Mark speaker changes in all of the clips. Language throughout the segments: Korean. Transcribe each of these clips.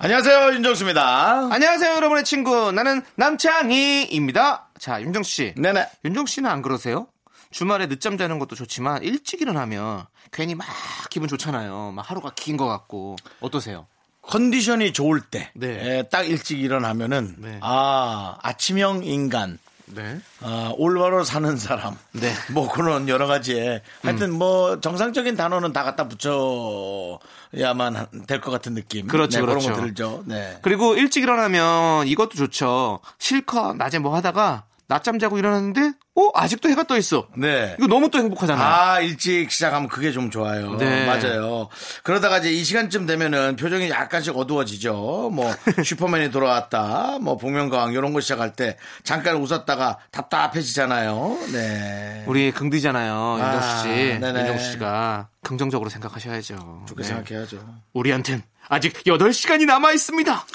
Speaker 1: 안녕하세요 윤정수입니다.
Speaker 2: 안녕하세요, 여러분의 친구. 나는 남창희입니다. 자, 윤정수 씨.
Speaker 1: 네네.
Speaker 2: 윤정수 씨는 안 그러세요? 주말에 늦잠 자는 것도 좋지만 일찍 일어나면 괜히 막 기분 좋잖아요. 막 하루가 긴 것 같고. 어떠세요?
Speaker 1: 컨디션이 좋을 때,
Speaker 2: 네.
Speaker 1: 예, 딱 일찍 일어나면은
Speaker 2: 네.
Speaker 1: 아 아침형 인간,
Speaker 2: 네.
Speaker 1: 아, 올바로 사는 사람,
Speaker 2: 네. 음.
Speaker 1: 뭐 그런 여러 가지에 하여튼 뭐 정상적인 단어는 다 갖다 붙여야만 될 것 같은 느낌.
Speaker 2: 그렇죠,
Speaker 1: 네,
Speaker 2: 그렇죠.
Speaker 1: 그런 거 들죠. 네.
Speaker 2: 그리고 일찍 일어나면 이것도 좋죠. 실컷 낮에 뭐 하다가 낮잠 자고 일어났는데, 어? 아직도 해가 떠 있어.
Speaker 1: 네.
Speaker 2: 이거 너무 또 행복하잖아요.
Speaker 1: 아, 일찍 시작하면 그게 좀 좋아요.
Speaker 2: 네.
Speaker 1: 맞아요. 그러다가 이제 이 시간쯤 되면은 표정이 약간씩 어두워지죠. 뭐 슈퍼맨이 돌아왔다. 뭐 복면가왕 이런 거 시작할 때 잠깐 웃었다가 답답해지잖아요. 네.
Speaker 2: 우리 긍디잖아요.
Speaker 1: 아,
Speaker 2: 윤정수 씨.
Speaker 1: 네네.
Speaker 2: 윤정수 씨가 긍정적으로 생각하셔야죠.
Speaker 1: 좋게
Speaker 2: 네.
Speaker 1: 생각해야죠.
Speaker 2: 우리한텐 아직 8시간이 남아 있습니다.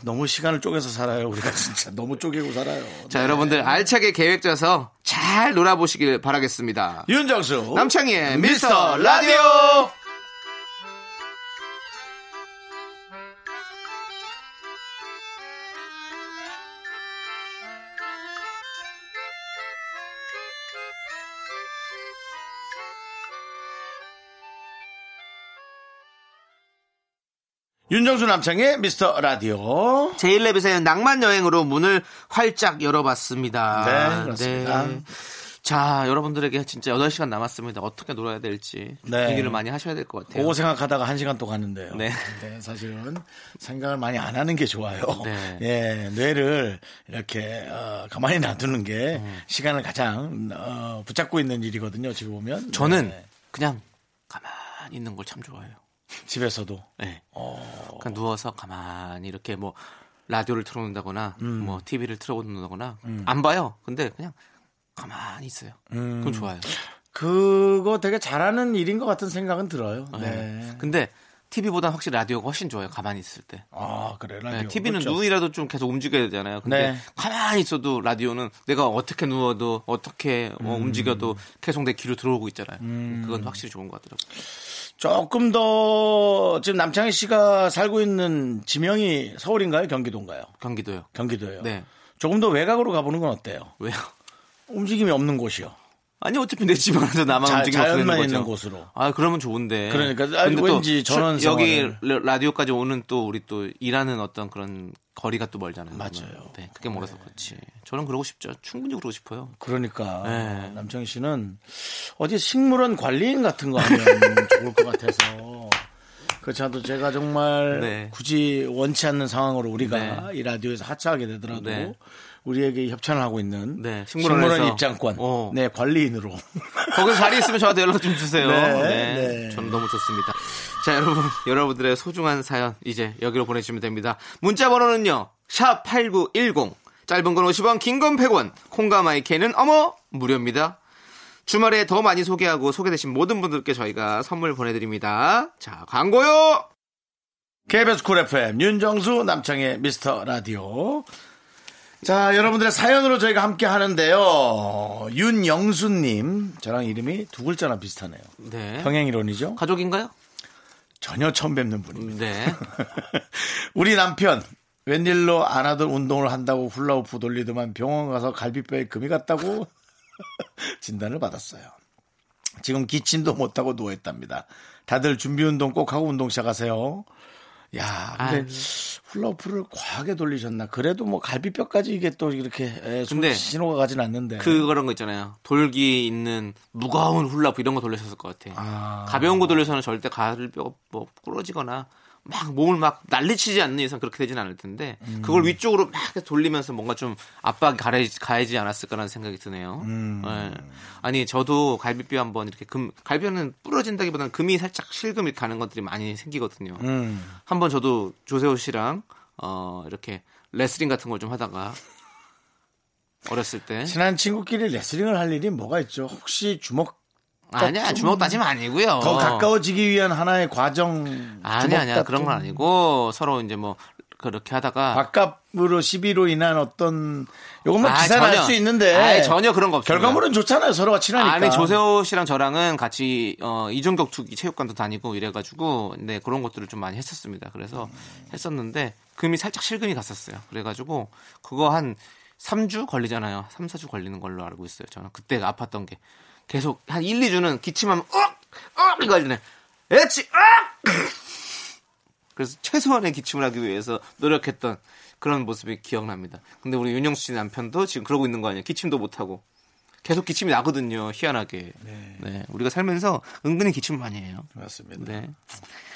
Speaker 1: 너무 시간을 쪼개서 살아요. 우리가 진짜 너무 쪼개고 살아요. 네.
Speaker 2: 자, 여러분들 알차게 계획 짜서 잘 놀아보시길 바라겠습니다.
Speaker 1: 윤정수
Speaker 2: 남창희의 미스터 라디오.
Speaker 1: 윤정수 남창의 미스터 라디오.
Speaker 2: 제일랩에서의 낭만 여행으로 문을 활짝 열어봤습니다.
Speaker 1: 네, 그렇습니다.
Speaker 2: 자, 여러분들에게 진짜 8시간 남았습니다. 어떻게 놀아야 될지
Speaker 1: 네.
Speaker 2: 얘기를 많이 하셔야 될 것 같아요.
Speaker 1: 그거 생각하다가 한 시간 또 갔는데요.
Speaker 2: 네.
Speaker 1: 근데 사실은 생각을 많이 안 하는 게 좋아요.
Speaker 2: 네.
Speaker 1: 예, 뇌를 이렇게 어, 가만히 놔두는 게
Speaker 2: 음.
Speaker 1: 시간을 가장 어, 붙잡고 있는 일이거든요. 지금 보면
Speaker 2: 저는
Speaker 1: 네.
Speaker 2: 그냥 가만히 있는 걸 참 좋아해요.
Speaker 1: 집에서도
Speaker 2: 네.
Speaker 1: 어.
Speaker 2: 그냥 누워서 가만히 이렇게 뭐 라디오를 틀어놓는다거나
Speaker 1: 음.
Speaker 2: 뭐 TV를 틀어놓는다거나 안 봐요. 근데 그냥 가만히 있어요.
Speaker 1: 음.
Speaker 2: 그럼 좋아요.
Speaker 1: 그거 되게 잘하는 일인 것 같은 생각은 들어요.
Speaker 2: 네.
Speaker 1: 네.
Speaker 2: 근데 TV보다 확실히 라디오가 훨씬 좋아요. 가만히 있을 때.
Speaker 1: 아 그래 라디오.
Speaker 2: 네, TV는
Speaker 1: 그렇죠.
Speaker 2: 누이라도 좀 계속 움직여야 되잖아요. 근데
Speaker 1: 네.
Speaker 2: 가만히 있어도 라디오는 내가 어떻게 누워도 어떻게 어,
Speaker 1: 음.
Speaker 2: 움직여도 계속 내 귀로 들어오고 있잖아요. 그건 확실히 좋은 것 같더라고요.
Speaker 1: 조금 더 지금 남창희 씨가 살고 있는 지명이 서울인가요, 경기도인가요?
Speaker 2: 경기도요.
Speaker 1: 경기도예요.
Speaker 2: 네.
Speaker 1: 조금 더 외곽으로 가보는 건 어때요?
Speaker 2: 왜요?
Speaker 1: 움직임이 없는 곳이요.
Speaker 2: 아니 어차피 내 집 안에서 나만
Speaker 1: 자-
Speaker 2: 움직이면
Speaker 1: 자연만
Speaker 2: 되는 거죠.
Speaker 1: 있는 곳으로.
Speaker 2: 아 그러면 좋은데.
Speaker 1: 그러니까, 아니,
Speaker 2: 근데 또
Speaker 1: 왠지 저런
Speaker 2: 출- 여기
Speaker 1: 상황을.
Speaker 2: 라- 라디오까지 오는 또 우리 또 일하는 어떤 그런 거리가 또 멀잖아요.
Speaker 1: 맞아요.
Speaker 2: 네, 그게 멀어서 그렇지. 저는 그러고 싶죠. 충분히 그러고 싶어요.
Speaker 1: 그러니까
Speaker 2: 네.
Speaker 1: 남창희 씨는 어디 식물원 관리인 같은 거 하면 좋을 것 같아서 그렇지 않아도 제가 정말
Speaker 2: 네.
Speaker 1: 굳이 원치 않는 상황으로 우리가 이 라디오에서 하차하게 되더라도
Speaker 2: 네.
Speaker 1: 우리에게 협찬을 하고 있는
Speaker 2: 네, 식물원에서.
Speaker 1: 식물원 입장권
Speaker 2: 어.
Speaker 1: 네 관리인으로
Speaker 2: 거기 자리 있으면 저한테 연락 좀 주세요.
Speaker 1: 네,
Speaker 2: 네,
Speaker 1: 네.
Speaker 2: 저는 너무 좋습니다. 자, 여러분, 여러분들의 소중한 사연 이제 여기로 보내주시면 됩니다. 문자 번호는요. 샵 8910. 짧은 건 50원, 긴 건 100원. 콩과 마이케는 어머 무료입니다. 주말에 더 많이 소개하고 소개되신 모든 분들께 저희가 선물 보내드립니다. 자, 광고요.
Speaker 1: KBS 쿨 FM 윤정수 남창의 미스터 라디오 자 여러분들의 사연으로 저희가 함께 하는데요 윤영수님 저랑 이름이 두 글자나 비슷하네요
Speaker 2: 네.
Speaker 1: 평행이론이죠
Speaker 2: 가족인가요?
Speaker 1: 전혀 처음 뵙는 분입니다.
Speaker 2: 네.
Speaker 1: 우리 남편 웬일로 안 하던 운동을 한다고 훌라후프 돌리더만 병원 가서 갈비뼈에 금이 갔다고 진단을 받았어요. 지금 기침도 못하고 누워있답니다. 다들 준비 운동 꼭 하고 운동 시작하세요. 야, 근데
Speaker 2: 아유.
Speaker 1: 훌라후프를 과하게 돌리셨나? 그래도 뭐 갈비뼈까지 이게 또 이렇게 에, 소-
Speaker 2: 근데
Speaker 1: 신호가 가진 않는데.
Speaker 2: 그, 그런 거 있잖아요. 돌기 있는 무거운 훌라후프 이런 거 돌리셨을 것 같아.
Speaker 1: 아.
Speaker 2: 가벼운 거 돌려서는 절대 가를 뼈가 뭐 부러지거나 막 몸을 막 난리치지 않는 이상 그렇게 되진 않을 텐데
Speaker 1: 음.
Speaker 2: 그걸 위쪽으로 막 돌리면서 뭔가 좀 압박이 가해, 가해지 않았을까라는 생각이 드네요.
Speaker 1: 음.
Speaker 2: 예. 아니 저도 갈비뼈 한번 이렇게 금 갈비뼈는 부러진다기보다는 금이 살짝 실금이 가는 것들이 많이 생기거든요.
Speaker 1: 음.
Speaker 2: 한번 저도 조세호 씨랑 어 이렇게 레슬링 같은 걸 좀 하다가 어렸을 때
Speaker 1: 친한 친구끼리 레슬링을 할 일이 뭐가 있죠? 혹시 주먹
Speaker 2: 아니야 주먹 다짐 아니고요.
Speaker 1: 더 가까워지기 위한 하나의 과정
Speaker 2: 어. 아니
Speaker 1: 주먹
Speaker 2: 아니야 그런 건
Speaker 1: 다툼?
Speaker 2: 아니고 서로 이제 뭐 그렇게 하다가
Speaker 1: 아, 바깥으로 시비로 인한 어떤 요것만
Speaker 2: 아이,
Speaker 1: 기사
Speaker 2: 전혀.
Speaker 1: 날수 있는데
Speaker 2: 아이, 전혀 그런 거 없습니다.
Speaker 1: 결과물은 좋잖아요. 서로가 친하니까.
Speaker 2: 아니 조세호 씨랑 저랑은 같이 어, 이종격투기 체육관도 다니고 이래가지고 네 그런 것들을 좀 많이 했었습니다. 그래서 했었는데 금이 살짝 실금이 갔었어요. 그래가지고 그거 한 3주 걸리잖아요. 3, 4주 걸리는 걸로 알고 있어요. 저는 그때 아팠던 게 계속 한 1, 2주는 기침하면 억! 억! 이거 하잖아요. 에치! 억! 그래서 최소한의 기침을 하기 위해서 노력했던 그런 모습이 기억납니다. 근데 우리 윤영수 씨 남편도 지금 그러고 있는 거 아니에요? 기침도 못하고. 계속 기침이 나거든요. 희한하게. 네. 우리가 살면서 은근히 기침 많이 해요.
Speaker 1: 맞습니다.
Speaker 2: 네.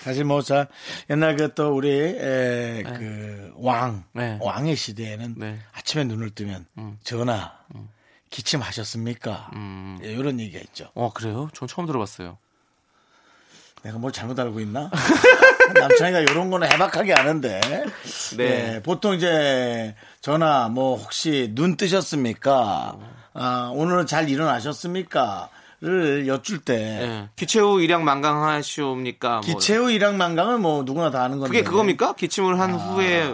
Speaker 1: 사실 뭐 자 옛날 그 또 우리 에, 그 왕,
Speaker 2: 네.
Speaker 1: 왕의 시대에는
Speaker 2: 네. 음.
Speaker 1: 아침에 눈을 뜨면 전하 기침하셨습니까?
Speaker 2: 음.
Speaker 1: 예, 이런 얘기가 있죠.
Speaker 2: 어, 그래요? 전 처음 들어봤어요.
Speaker 1: 내가 뭘 잘못 알고 있나? 남창이가 이런 거는 해박하게 아는데.
Speaker 2: 네.
Speaker 1: 예, 보통 이제 전화 뭐 혹시 눈 뜨셨습니까? 아, 오늘은 잘 일어나셨습니까? 를 여쭐 때
Speaker 2: 네. 기체후 이량 만강하시옵니까? 뭐.
Speaker 1: 기체의 일학만강은 뭐 누구나 다 아는 건데.
Speaker 2: 그게 그겁니까? 기침을 한 후에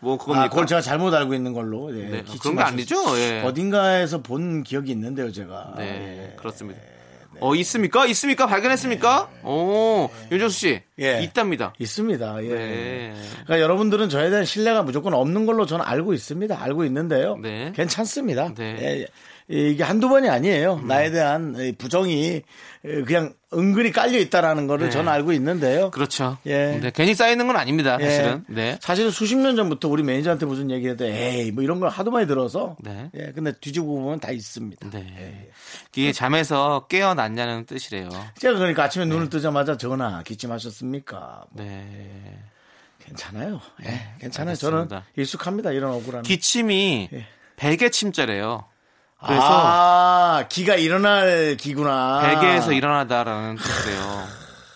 Speaker 2: 뭐 그겁니까?
Speaker 1: 아, 그걸 제가 잘못 알고 있는 걸로. 예,
Speaker 2: 네,
Speaker 1: 기침하셨-
Speaker 2: 그런 거 아니죠? 예.
Speaker 1: 어딘가에서 본 기억이 있는데요, 제가.
Speaker 2: 네,
Speaker 1: 예.
Speaker 2: 그렇습니다. 어, 있습니까? 있습니까? 발견했습니까? 오, 윤정수 씨.
Speaker 1: 네. 예.
Speaker 2: 있답니다.
Speaker 1: 있습니다. 예.
Speaker 2: 네.
Speaker 1: 그러니까 여러분들은 저에 대한 신뢰가 무조건 없는 걸로 저는 알고 있습니다. 알고 있는데요.
Speaker 2: 네.
Speaker 1: 괜찮습니다.
Speaker 2: 네. 음.
Speaker 1: 예, 이게 한두 번이 아니에요. 나에 대한 이 부정이 에, 그냥 은근히 깔려 있다라는 거를
Speaker 2: 네.
Speaker 1: 저는 알고 있는데요.
Speaker 2: 그렇죠.
Speaker 1: 예.
Speaker 2: 네, 괜히 쌓이는 건 아닙니다.
Speaker 1: 예.
Speaker 2: 사실은. 네.
Speaker 1: 사실은 수십 년 전부터 우리 매니저한테 무슨 얘기해도 에이 뭐 이런 걸 하도 많이 들어서
Speaker 2: 네.
Speaker 1: 예, 근데 뒤집어 보면 다 있습니다.
Speaker 2: 네. 이게 잠에서 깨어났냐는 뜻이래요.
Speaker 1: 제가 그러니까 아침에 눈을 뜨자마자 전화 기침하셨습니까? 뭐
Speaker 2: 네.
Speaker 1: 괜찮아요. 예, 괜찮아요.
Speaker 2: 알겠습니다.
Speaker 1: 저는 익숙합니다. 이런 억울함.
Speaker 2: 기침이
Speaker 1: 예.
Speaker 2: 베개 침자래요. 그래서
Speaker 1: 아, 기가 일어날 기구나.
Speaker 2: 베개에서 일어나다라는 뜻이래요.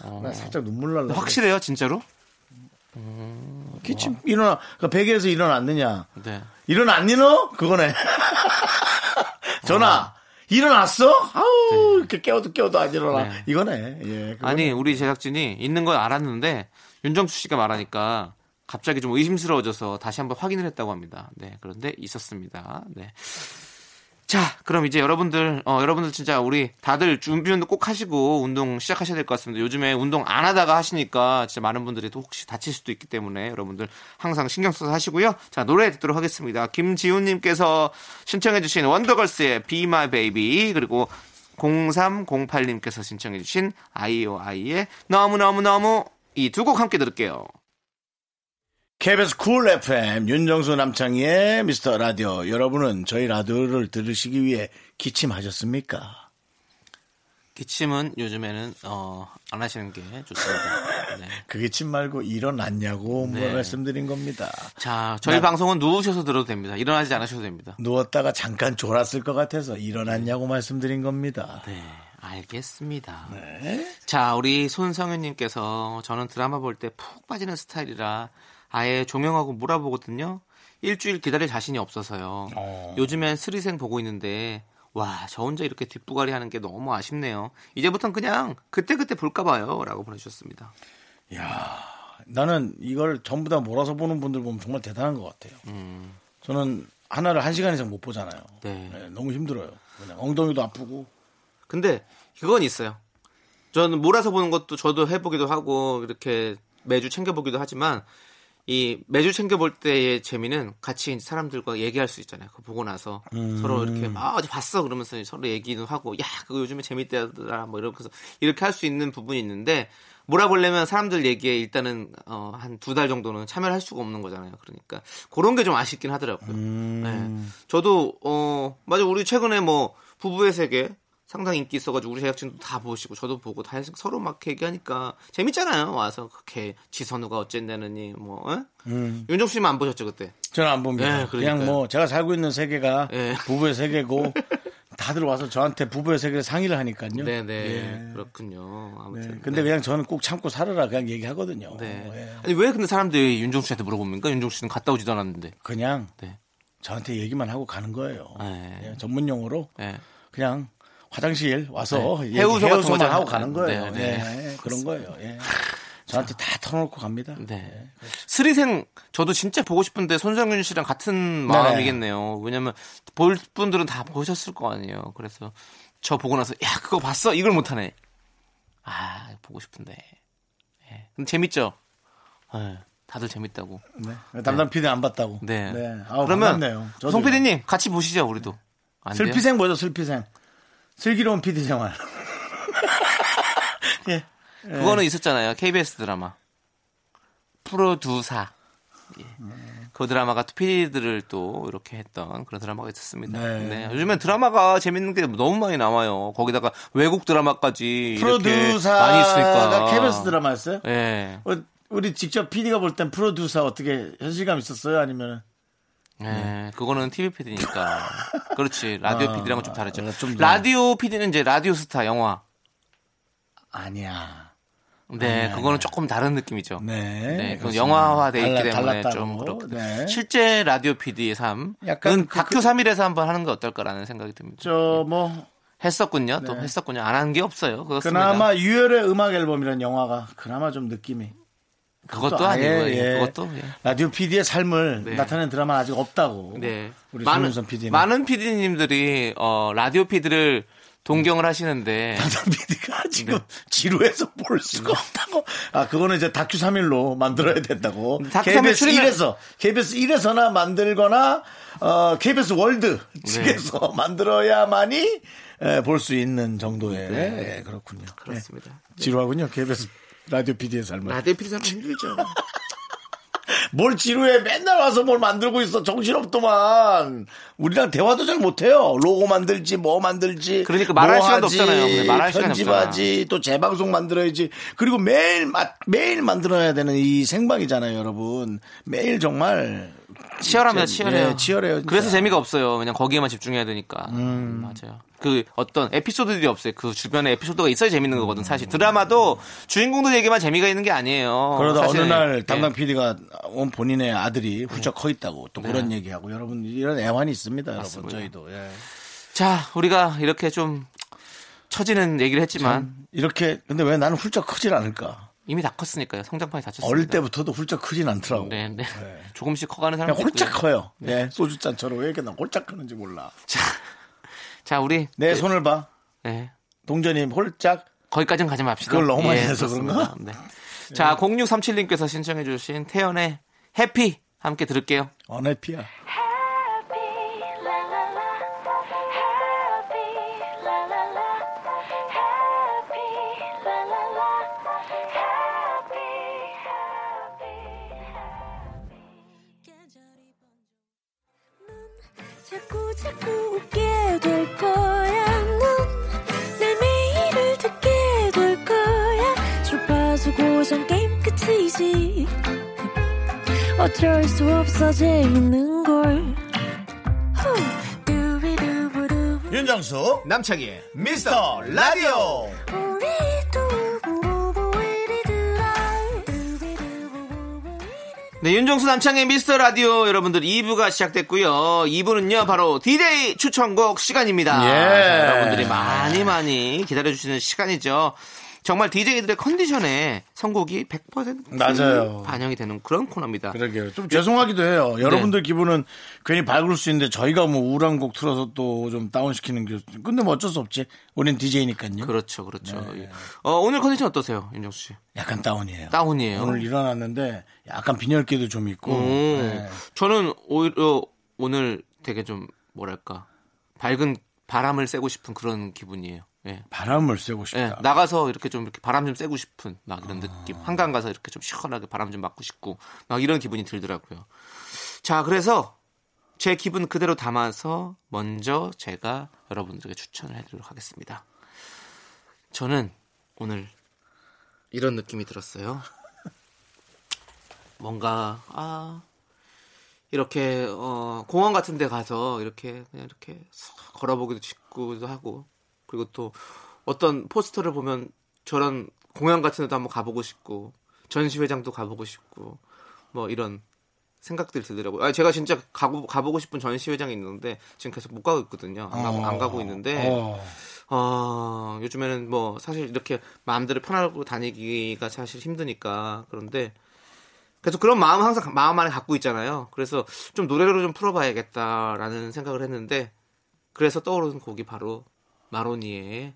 Speaker 2: 어.
Speaker 1: 나 살짝 눈물 날라.
Speaker 2: 확실해요, 진짜로?
Speaker 1: 기침 일어나. 그러니까 베개에서 일어났느냐?
Speaker 2: 네.
Speaker 1: 일어났니너? 그거네.
Speaker 2: 아.
Speaker 1: 전화. 일어났어? 아우 이렇게 깨워도 깨워도 안 일어나.
Speaker 2: 네.
Speaker 1: 이거네. 예. 그거.
Speaker 2: 아니, 우리 제작진이 있는 건 알았는데 윤정수 씨가 말하니까 갑자기 좀 의심스러워져서 다시 한번 확인을 했다고 합니다. 네, 그런데 있었습니다. 네. 자, 그럼 이제 여러분들, 어, 여러분들 진짜 우리 다들 준비 운동 꼭 하시고 운동 시작하셔야 될 것 같습니다. 요즘에 운동 안 하다가 하시니까 진짜 많은 분들이 또 혹시 다칠 수도 있기 때문에 여러분들 항상 신경 써서 하시고요. 자, 노래 듣도록 하겠습니다. 김지훈님께서 신청해주신 원더걸스의 Be My Baby 그리고 0308님께서 신청해주신 아이오아이의 너무너무너무 이 두 곡 함께 들을게요.
Speaker 1: KBS 쿨 FM 윤정수 남창희의 미스터 라디오 여러분은 저희 라디오를 들으시기 위해 기침하셨습니까?
Speaker 2: 기침은 요즘에는, 어, 안 하시는 게 좋습니다. 네.
Speaker 1: 그게 침 말고 일어났냐고 뭐
Speaker 2: 네.
Speaker 1: 말씀드린 겁니다.
Speaker 2: 자, 저희
Speaker 1: 나-
Speaker 2: 방송은 누우셔서 들어도 됩니다. 일어나지 않으셔도 됩니다.
Speaker 1: 누웠다가 잠깐 졸았을 것 같아서 일어났냐고 말씀드린 겁니다.
Speaker 2: 네, 알겠습니다. 자, 우리 손성윤님께서 저는 드라마 볼 때 푹 빠지는 스타일이라 아예 조명하고 몰아보거든요. 일주일 기다릴 자신이 없어서요. 요즘엔 스리생 보고 있는데 와, 저 혼자 이렇게 뒷부가리 하는 게 너무 아쉽네요. 이제부턴 그냥 그때그때 볼까 봐요라고 보내주셨습니다.
Speaker 1: 나는 이걸 전부 다 몰아서 보는 분들 보면 정말 대단한 것 같아요. 저는 하나를 한 시간 이상 못 보잖아요.
Speaker 2: 음. 네.
Speaker 1: 네, 너무 힘들어요. 그냥 엉덩이도 아프고
Speaker 2: 근데 그건 있어요. 저는 몰아서 보는 것도 저도 해보기도 하고 이렇게 매주 챙겨보기도 하지만 이 매주 챙겨볼 때의 재미는 같이 이제 사람들과 얘기할 수 있잖아요. 그거 보고 나서 서로 이렇게 막 어제 봤어 그러면서 서로 얘기도 하고 야 그거 요즘에 재밌대더라 뭐 이렇게 해서 이렇게 할 수 있는 부분이 있는데 몰아보려면 사람들 얘기에 일단은 어, 한 두 달 정도는 참여를 할 수가 없는 거잖아요. 그러니까 그런 게 좀 아쉽긴 하더라고요. 네. 저도 어 맞아 우리 최근에 뭐 부부의 세계 상당히 인기 있어가지고 우리 제작진도 다 보시고 저도 보고 다 해서 서로 막 얘기하니까 재밌잖아요. 와서 그렇게 지선우가 어쨌냐느니 뭐 어?
Speaker 1: 음.
Speaker 2: 윤정 씨만 안 보셨죠 그때?
Speaker 1: 저는 안 봅니다.
Speaker 2: 예, 그러니까요.
Speaker 1: 그냥 뭐 제가 살고 있는 세계가
Speaker 2: 예.
Speaker 1: 부부의 세계고 다들 와서 저한테 부부의 세계를 상의를 하니까요.
Speaker 2: 네네
Speaker 1: 예.
Speaker 2: 그렇군요.
Speaker 1: 네,
Speaker 2: 아무튼
Speaker 1: 근데 그냥 저는 꼭 참고 살아라 그냥 얘기하거든요.
Speaker 2: 네.
Speaker 1: 예.
Speaker 2: 아니 왜 근데 사람들이 윤종 씨한테 물어봅니까? 윤종 씨는 갔다 오지도 않았는데.
Speaker 1: 그냥
Speaker 2: 네.
Speaker 1: 저한테 얘기만 하고 가는 거예요.
Speaker 2: 네.
Speaker 1: 예, 전문 용어로
Speaker 2: 네.
Speaker 1: 그냥 화장실 와서
Speaker 2: 네.
Speaker 1: 얘기-
Speaker 2: 해우소 같은
Speaker 1: 해우소만
Speaker 2: 거잖아요.
Speaker 1: 하고 가는 거예요.
Speaker 2: 네, 네.
Speaker 1: 예, 그런 거예요. 예. 저한테 다 털어놓고 갑니다.
Speaker 2: 네. 스리생 저도 진짜 보고 싶은데 손정윤 씨랑 같은 마음이겠네요. 왜냐면 볼 분들은 다 보셨을 거 아니에요. 그래서 저 보고 나서 야 그거 봤어? 이걸 못하네. 아 보고 싶은데. 예. 근데 재밌죠? 예. 다들 재밌다고.
Speaker 1: 네. 담당 PD 안 봤다고.
Speaker 2: 네.
Speaker 1: 아우, 반갑네요.
Speaker 2: 그러면
Speaker 1: 저도요.
Speaker 2: 송 PD님 같이 보시죠 우리도. 안 돼요?
Speaker 1: 슬피생 뭐죠? 슬피생. 슬기로운 PD 생활. 예.
Speaker 2: 그거는 있었잖아요. KBS 드라마. 프로듀사. 예. 그 드라마가 또 PD들을 또 이렇게 했던 그런 드라마가 있었습니다.
Speaker 1: 네.
Speaker 2: 네. 요즘엔 드라마가 재밌는 게 너무 많이 나와요. 거기다가 외국 드라마까지 이렇게 많이 있으니까.
Speaker 1: 프로듀사가 KBS 드라마였어요?
Speaker 2: 예.
Speaker 1: 어, 우리 직접 PD가 볼 땐 프로듀사 어떻게 현실감 있었어요? 아니면
Speaker 2: 예. 그거는 TV PD니까. 그렇지. 라디오
Speaker 1: 아,
Speaker 2: PD랑은 좀 다르죠.
Speaker 1: 아, 좀 더.
Speaker 2: 라디오 PD는 이제 라디오 스타 영화.
Speaker 1: 아니야.
Speaker 2: 네, 그거는 조금 다른 느낌이죠.
Speaker 1: 네.
Speaker 2: 네, 그건
Speaker 1: 그렇습니다.
Speaker 2: 영화화돼 있기
Speaker 1: 달라-
Speaker 2: 때문에 좀
Speaker 1: 달랐다고.
Speaker 2: 그렇고
Speaker 1: 네.
Speaker 2: 실제 라디오 PD의 삶은
Speaker 1: 약간 그-
Speaker 2: 다큐 3일에서 한번 하는 게 어떨까라는 생각이 듭니다.
Speaker 1: 저뭐 네.
Speaker 2: 했었군요. 또 했었군요. 안 한 게 없어요. 그렇습니다.
Speaker 1: 그나마 유열의 음악 앨범이라는 영화가 그나마 좀 느낌이
Speaker 2: 그것도
Speaker 1: 또 아예,
Speaker 2: 아니고요.
Speaker 1: 예.
Speaker 2: 그것도 예.
Speaker 1: 라디오 PD의 삶을
Speaker 2: 네.
Speaker 1: 나타낸 드라마 는 아직 없다고.
Speaker 2: 네.
Speaker 1: 우리
Speaker 2: 많은
Speaker 1: 손윤선 PD.
Speaker 2: 많은 PD님들이 어, 라디오 PD를 동경을 하시는데
Speaker 1: PD가 지금
Speaker 2: 네.
Speaker 1: 지루해서 볼 수가 없다고. 아, 그거는 이제 다큐 3일로 만들어야 된다고.
Speaker 2: 음, 다큐 삼일
Speaker 1: KBS
Speaker 2: 출연을-
Speaker 1: 1에서, KBS 1에서나 만들거나, 어, KBS 월드 측에서
Speaker 2: 네.
Speaker 1: 만들어야만이 볼 수 있는 정도의. 예, 그렇군요.
Speaker 2: 네. 그렇습니다.
Speaker 1: 네. 지루하군요. KBS 라디오 PD의 삶은.
Speaker 2: 라디오 PD 삶 힘들죠.
Speaker 1: 뭘 지루해. 맨날 와서 뭘 만들고 있어. 정신없더만. 우리랑 대화도 잘 못해요. 로고 만들지, 뭐 만들지.
Speaker 2: 그러니까 말할
Speaker 1: 뭐
Speaker 2: 시간도
Speaker 1: 하지,
Speaker 2: 없잖아요. 근데 말할 시간이
Speaker 1: 편집하지, 또 재방송 만들어야지. 그리고 매일, 마- 매일 만들어야 되는 이 생방이잖아요, 여러분. 매일 정말.
Speaker 2: 치열합니다.
Speaker 1: 진짜,
Speaker 2: 치열해요.
Speaker 1: 예, 치열해요. 진짜. 음.
Speaker 2: 그래서 재미가 없어요. 그냥 거기에만 집중해야 되니까. 맞아요. 그 어떤 에피소드들이 없어요. 그 주변에 에피소드가 있어야 재밌는 거거든. 사실 드라마도 주인공들 얘기만 재미가 있는 게 아니에요.
Speaker 1: 그러다
Speaker 2: 사실은.
Speaker 1: 어느 날
Speaker 2: 예.
Speaker 1: 담당 PD가 온 본인의 아들이 훌쩍 커 있다고 또 그런 얘기하고 여러분 이런 애환이 있습니다,
Speaker 2: 네. 맞습니다.
Speaker 1: 여러분 저희도. 예.
Speaker 2: 자, 우리가 이렇게 좀 처지는 얘기를 했지만
Speaker 1: 이렇게 근데 왜 나는 훌쩍 크질 않을까?
Speaker 2: 이미 다 컸으니까요. 성장판이 다쳤습니다.
Speaker 1: 어릴 때부터도 훌쩍 크진 않더라고.
Speaker 2: 네, 네. 조금씩 커가는 사람.
Speaker 1: 그냥 홀짝 커요. 네. 소주잔처럼 왜 이렇게 난 홀짝 크는지 몰라.
Speaker 2: 자, 우리 그,
Speaker 1: 내 손을 봐.
Speaker 2: 네.
Speaker 1: 동전님 홀짝.
Speaker 2: 거기까지는 가지 맙시다. 예,
Speaker 1: 그걸 너무 많이 해서
Speaker 2: 그렇습니다. 네. 자, 0637님께서 신청해주신 태연의 해피 함께 들을게요.
Speaker 1: 어네피야.
Speaker 3: Happy la la la Happy la la la Happy la la la Happy happy happy 자꾸 자꾸 웃게 될 거야 넌내 매일을 듣게 될 거야 주파수 고정 게임 끝이지 어쩔 수 없어 재밌는 걸 후. 두비두부두.
Speaker 1: 윤정수 남창희 미스터 라디오.
Speaker 3: 우리 두부부부 우리들아. 두비두부부부 우리들아.
Speaker 2: 네, 윤정수 남창의 미스터 라디오 여러분들 2부가 시작됐고요. 2부는요, 바로 DJ 추천곡 시간입니다.
Speaker 1: 예.
Speaker 2: 자, 여러분들이 많이 많이 기다려주시는 시간이죠. 정말 DJ들의 컨디션에 선곡이 100%
Speaker 1: 맞아요.
Speaker 2: 반영이 되는 그런 코너입니다.
Speaker 1: 그러게요. 좀 죄송하기도 해요.
Speaker 2: 네.
Speaker 1: 여러분들 기분은 괜히 밝을 수 있는데 저희가 뭐 우울한 곡 틀어서 또 좀 다운 시키는 게. 근데 뭐 어쩔 수 없지. 우린 DJ니까요.
Speaker 2: 그렇죠, 그렇죠.
Speaker 1: 네.
Speaker 2: 어, 오늘 컨디션 어떠세요, 윤정수 씨?
Speaker 1: 약간 다운이에요.
Speaker 2: 다운이에요. 음.
Speaker 1: 오늘 일어났는데 약간 빈혈기도 좀 있고.
Speaker 2: 오,
Speaker 1: 네.
Speaker 2: 저는 오히려 오늘 되게 좀 뭐랄까 밝은 바람을 쐬고 싶은 그런 기분이에요. 예.
Speaker 1: 바람을 쐬고 싶다.
Speaker 2: 예, 나가서 이렇게 좀 이렇게 바람 좀 쐬고 싶은 막 이런 느낌.
Speaker 1: 아.
Speaker 2: 한강 가서 이렇게 좀 시원하게 바람 좀 맞고 싶고 막 이런 기분이 들더라고요. 자, 그래서 제 기분 그대로 담아서 먼저 제가 여러분들에게 추천을 해드리도록 하겠습니다. 저는 오늘 이런 느낌이 들었어요. 뭔가 아 이렇게 어 공원 같은 데 가서 이렇게 그냥 이렇게 싹 걸어보기도 싶기도 하고 그리고 또 어떤 포스터를 보면 저런 공연 같은 데도 한번 가보고 싶고 전시회장도 가보고 싶고 뭐 이런 생각들이 들더라고요. 아 제가 진짜 가고 가보고 싶은 전시회장이 있는데 지금 계속 못 가고 있거든요. 안 가고, 안 가고 있는데
Speaker 1: 어.
Speaker 2: 어, 요즘에는 뭐 사실 이렇게 마음대로 편하고 다니기가 사실 힘드니까 그런데 그래서 그런 마음 항상 마음 안에 갖고 있잖아요. 그래서 좀 노래로 좀 풀어봐야겠다라는 생각을 했는데 그래서 떠오르는 곡이 바로 마로니의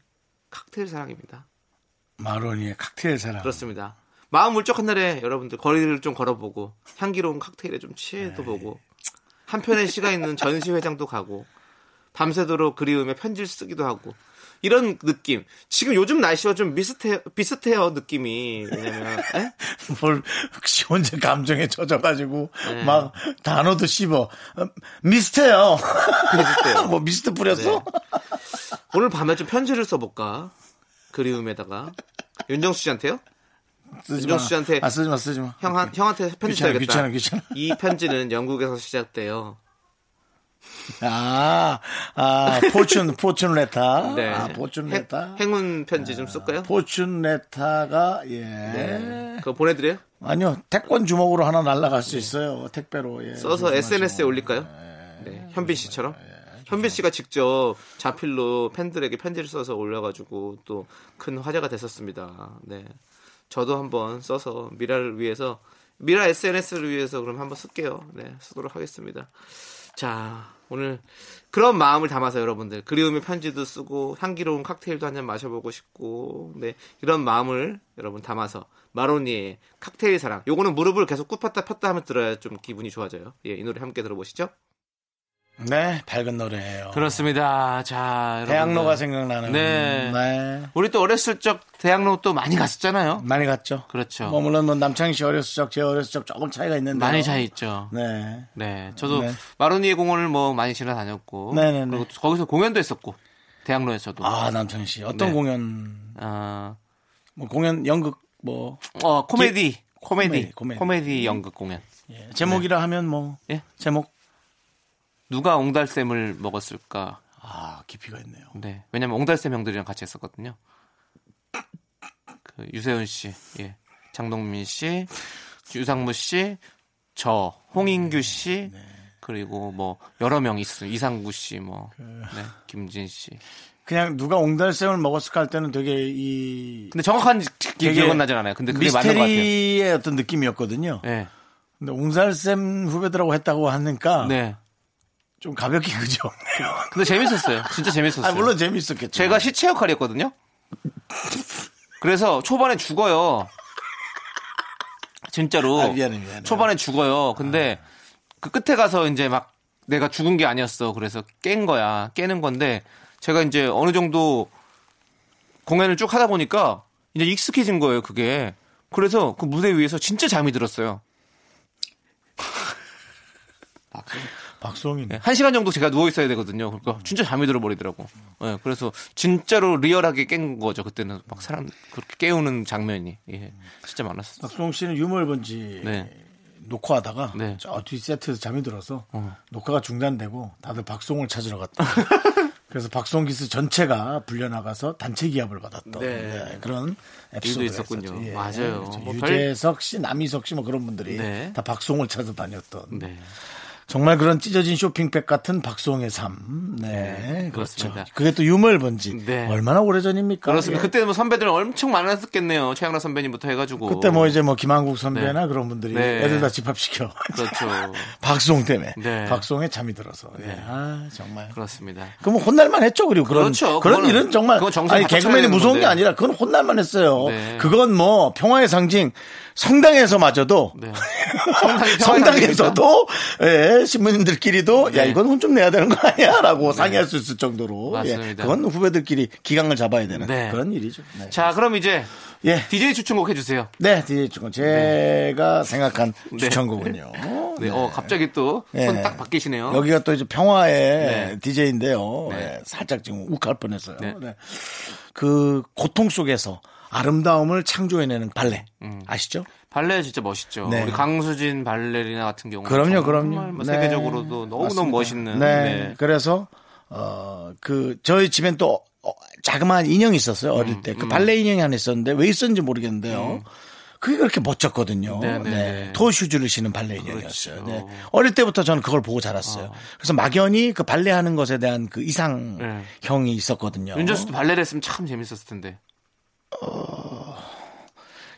Speaker 2: 칵테일 사랑입니다.
Speaker 1: 마로니의 칵테일 사랑.
Speaker 2: 그렇습니다. 마음 울적한 날에 여러분들 거리를 좀 걸어보고 향기로운 칵테일에 좀 취해도
Speaker 1: 네.
Speaker 2: 보고 한편의 시간 있는 전시회장도 가고 밤새도록 그리움에 편지를 쓰기도 하고 이런 느낌. 지금 요즘 날씨와 좀 비슷해 비슷해요 느낌이 왜냐면 에?
Speaker 1: 뭘 혹시 혼자 감정에 젖어가지고
Speaker 2: 네.
Speaker 1: 막 단어도 씹어. 음, 미스터요.
Speaker 2: 비슷해요.
Speaker 1: 뭐 미스터 뿌렸어?
Speaker 2: 네. 오늘 밤에 좀 편지를 써볼까 그리움에다가 윤정수 씨한테요?
Speaker 1: 쓰지
Speaker 2: 윤정수 씨한테
Speaker 1: 아 쓰지 마 쓰지 마.
Speaker 2: 형한 형한테 편지
Speaker 1: 귀찮아,
Speaker 2: 써야겠다.
Speaker 1: 귀찮아, 귀찮아.
Speaker 2: 이 편지는 영국에서 시작돼요.
Speaker 1: 아, 아 포춘 포춘 레타.
Speaker 2: 네.
Speaker 1: 아 포춘
Speaker 2: 행-
Speaker 1: 레타.
Speaker 2: 행운
Speaker 1: 아.
Speaker 2: 편지 좀 쓸까요?
Speaker 1: 포춘 레타가 예.
Speaker 2: 네. 그거 보내드려요?
Speaker 1: 아니요 태권 주먹으로 하나 날라갈 수 있어요 택배로 예.
Speaker 2: 네. 써서
Speaker 1: 조심하시고.
Speaker 2: SNS에 올릴까요? 네, 현빈 씨처럼. 현빈 씨가 직접 자필로 팬들에게 편지를 써서 올려가지고 또 큰 화제가 됐었습니다. 네, 저도 한번 써서 미라를 위해서 미라 SNS를 위해서 그럼 한번 쓸게요. 네, 쓰도록 하겠습니다. 자, 오늘 그런 마음을 담아서 여러분들 그리움의 편지도 쓰고 향기로운 칵테일도 한 잔 마셔보고 싶고 네 이런 마음을 여러분 담아서 마로니의 칵테일 사랑 요거는 무릎을 계속 굽혔다 폈다 하면 들어야 좀 기분이 좋아져요. 예, 이 노래 함께 들어보시죠.
Speaker 1: 네 밝은 노래예요.
Speaker 2: 그렇습니다. 자, 그렇죠, 여러분들.
Speaker 1: 대학로가 생각나는.
Speaker 2: 네.
Speaker 1: 네.
Speaker 2: 우리 또 어렸을 적 대학로 또 많이 갔었잖아요.
Speaker 1: 많이 갔죠.
Speaker 2: 그렇죠.
Speaker 1: 뭐 물론 뭐 남창희 씨 어렸을 적, 제 어렸을 적 조금 차이가 있는데
Speaker 2: 많이 차 있죠.
Speaker 1: 네.
Speaker 2: 네, 저도
Speaker 1: 네.
Speaker 2: 마로니의 공원을 뭐 많이 지나다녔고,
Speaker 1: 네네네.
Speaker 2: 그리고 또 거기서 공연도 했었고, 대학로에서도.
Speaker 1: 아 남창희 씨 어떤
Speaker 2: 네.
Speaker 1: 공연?
Speaker 2: 어,
Speaker 1: 뭐 공연 연극 뭐
Speaker 2: 어, 코미디, 코미디,
Speaker 1: 코미디, 코미디.
Speaker 2: 코미디 연극 공연.
Speaker 1: 예, 제목이라 하면 뭐
Speaker 2: 예.
Speaker 1: 제목
Speaker 2: 누가 옹달샘을 먹었을까?
Speaker 1: 아 깊이가 있네요.
Speaker 2: 네, 왜냐면 옹달샘 형들이랑 같이 했었거든요. 그 유세윤 씨, 예, 장동민 씨, 유상무 씨, 저
Speaker 1: 네.
Speaker 2: 홍인규 씨, 그리고 뭐 여러 명 있어요. 이상구 씨, 뭐
Speaker 1: 그
Speaker 2: 네, 김진 씨.
Speaker 1: 그냥 누가 옹달샘을 먹었을까 할 때는 되게 이
Speaker 2: 근데 정확한 기-
Speaker 1: 되게
Speaker 2: 기억은 나진 않아요. 근데 그게 맞는 것 같아요.
Speaker 1: 미스테리의 어떤 느낌이었거든요.
Speaker 2: 네,
Speaker 1: 근데 옹달샘 후배들하고 했다고 하니까
Speaker 2: 네.
Speaker 1: 좀 가볍게 그죠.
Speaker 2: 근데 재밌었어요. 진짜 재밌었어요.
Speaker 1: 아 물론 재미있었겠죠.
Speaker 2: 제가 시체 역할이었거든요. 그래서 초반에 죽어요. 진짜로.
Speaker 1: 아, 미안해, 미안해. 아.
Speaker 2: 초반에 죽어요. 근데 그 끝에 가서 이제 막 내가 죽은 게 아니었어. 그래서 깬 거야. 깨는 건데 제가 이제 어느 정도 공연을 쭉 하다 보니까 이제 익숙해진 거예요. 그게. 그래서 그 무대 위에서 진짜 잠이 들었어요.
Speaker 1: 박수홍이네.
Speaker 2: 네, 한 시간 정도 제가 누워 있어야 되거든요. 그러니까 진짜 잠이 들어버리더라고. 네, 그래서 진짜로 리얼하게 깬 거죠. 그때는 막 사람 그렇게 깨우는 장면이 예, 진짜 많았어요.
Speaker 1: 박수홍 씨는 유머 일본지
Speaker 2: 네.
Speaker 1: 녹화하다가
Speaker 2: 네.
Speaker 1: 저 뒷세트에서 잠이 들어서 녹화가 중단되고 다들 박송을 찾으러 갔다. 그래서 박송 기수 전체가 불려나가서 단체 기합을 받았던
Speaker 2: 네.
Speaker 1: 네, 그런 에피소드가
Speaker 2: 있었군요.
Speaker 1: 있었죠.
Speaker 2: 맞아요.
Speaker 1: 그렇죠.
Speaker 2: 뭐 별-
Speaker 1: 유재석 씨, 남희석 씨 뭐 그런 분들이
Speaker 2: 네.
Speaker 1: 다 박송을 찾아 다녔던
Speaker 2: 네.
Speaker 1: 정말 그런 찢어진 쇼핑백 같은 박송의 삶. 네, 그렇죠.
Speaker 2: 그렇습니다.
Speaker 1: 그게 또 유물 번지
Speaker 2: 네.
Speaker 1: 얼마나 오래 전입니까?
Speaker 2: 그렇습니다. 그때 뭐 선배들 엄청 많았겠네요. 최양락 선배님부터 해가지고.
Speaker 1: 그때 뭐 이제 뭐 김한국 선배나
Speaker 2: 네.
Speaker 1: 그런 분들이
Speaker 2: 네.
Speaker 1: 애들 다 집합시켜.
Speaker 2: 그렇죠.
Speaker 1: 박수홍 때문에.
Speaker 2: 네.
Speaker 1: 박수홍에 잠이 들어서. 예. 아, 정말.
Speaker 2: 그렇습니다.
Speaker 1: 그럼 혼날만 했죠, 그리고 그런
Speaker 2: 그렇죠.
Speaker 1: 그런
Speaker 2: 그거는-
Speaker 1: 일은 정말
Speaker 2: 그건 정신
Speaker 1: 아니
Speaker 2: 바짝 차려야
Speaker 1: 개그맨이
Speaker 2: 되는
Speaker 1: 무서운 게
Speaker 2: 건데.
Speaker 1: 아니라 그건 혼날만 했어요.
Speaker 2: 네.
Speaker 1: 그건 뭐 평화의 상징 성당에서마저도
Speaker 2: 네. 성당이 평화의
Speaker 1: 성당에서도 예, 때 신부님들끼리도 야
Speaker 2: 네.
Speaker 1: 이건 혼 좀 내야 되는 거 아니야라고 상의할 수 있을 정도로 예,
Speaker 2: 맞습니다.
Speaker 1: 그건 후배들끼리 기강을 잡아야 되는
Speaker 2: 네.
Speaker 1: 그런 일이죠. 네.
Speaker 2: 자, 그럼 이제
Speaker 1: 예.
Speaker 2: DJ 추천곡 해주세요.
Speaker 1: 네, DJ 추천. 제가 생각한
Speaker 2: 네.
Speaker 1: 추천곡은요.
Speaker 2: 네, 어, 갑자기 또 손
Speaker 1: 예.
Speaker 2: 딱 바뀌시네요.
Speaker 1: 여기가 또 이제 평화의
Speaker 2: 네.
Speaker 1: DJ인데요.
Speaker 2: 네.
Speaker 1: 살짝 지금 욱할 뻔했어요.
Speaker 2: 네.
Speaker 1: 네. 그 고통 속에서 아름다움을 창조해내는 발레
Speaker 2: 음.
Speaker 1: 아시죠?
Speaker 2: 발레 진짜 멋있죠.
Speaker 1: 네.
Speaker 2: 우리 강수진 발레리나 같은 경우
Speaker 1: 그럼요, 그럼요.
Speaker 2: 정말 뭐
Speaker 1: 네.
Speaker 2: 세계적으로도 너무 너무 멋있는.
Speaker 1: 네.
Speaker 2: 네.
Speaker 1: 그래서 어 그 저희 집엔 또 어, 자그마한 인형이 있었어요.
Speaker 2: 음,
Speaker 1: 어릴 때 그 발레 인형이 하나 있었는데 왜 있었는지 모르겠는데요. 그게 그렇게 멋졌거든요.
Speaker 2: 네, 네,
Speaker 1: 네.
Speaker 2: 네.
Speaker 1: 토슈즈를 신은 발레 인형이었어요.
Speaker 2: 그렇죠.
Speaker 1: 네. 어릴 때부터 저는 그걸 보고 자랐어요. 그래서 막연히 그 발레 하는 것에 대한 그
Speaker 2: 네.
Speaker 1: 이상형이 있었거든요.
Speaker 2: 윤정수도 발레를 했으면 참 재밌었을 텐데.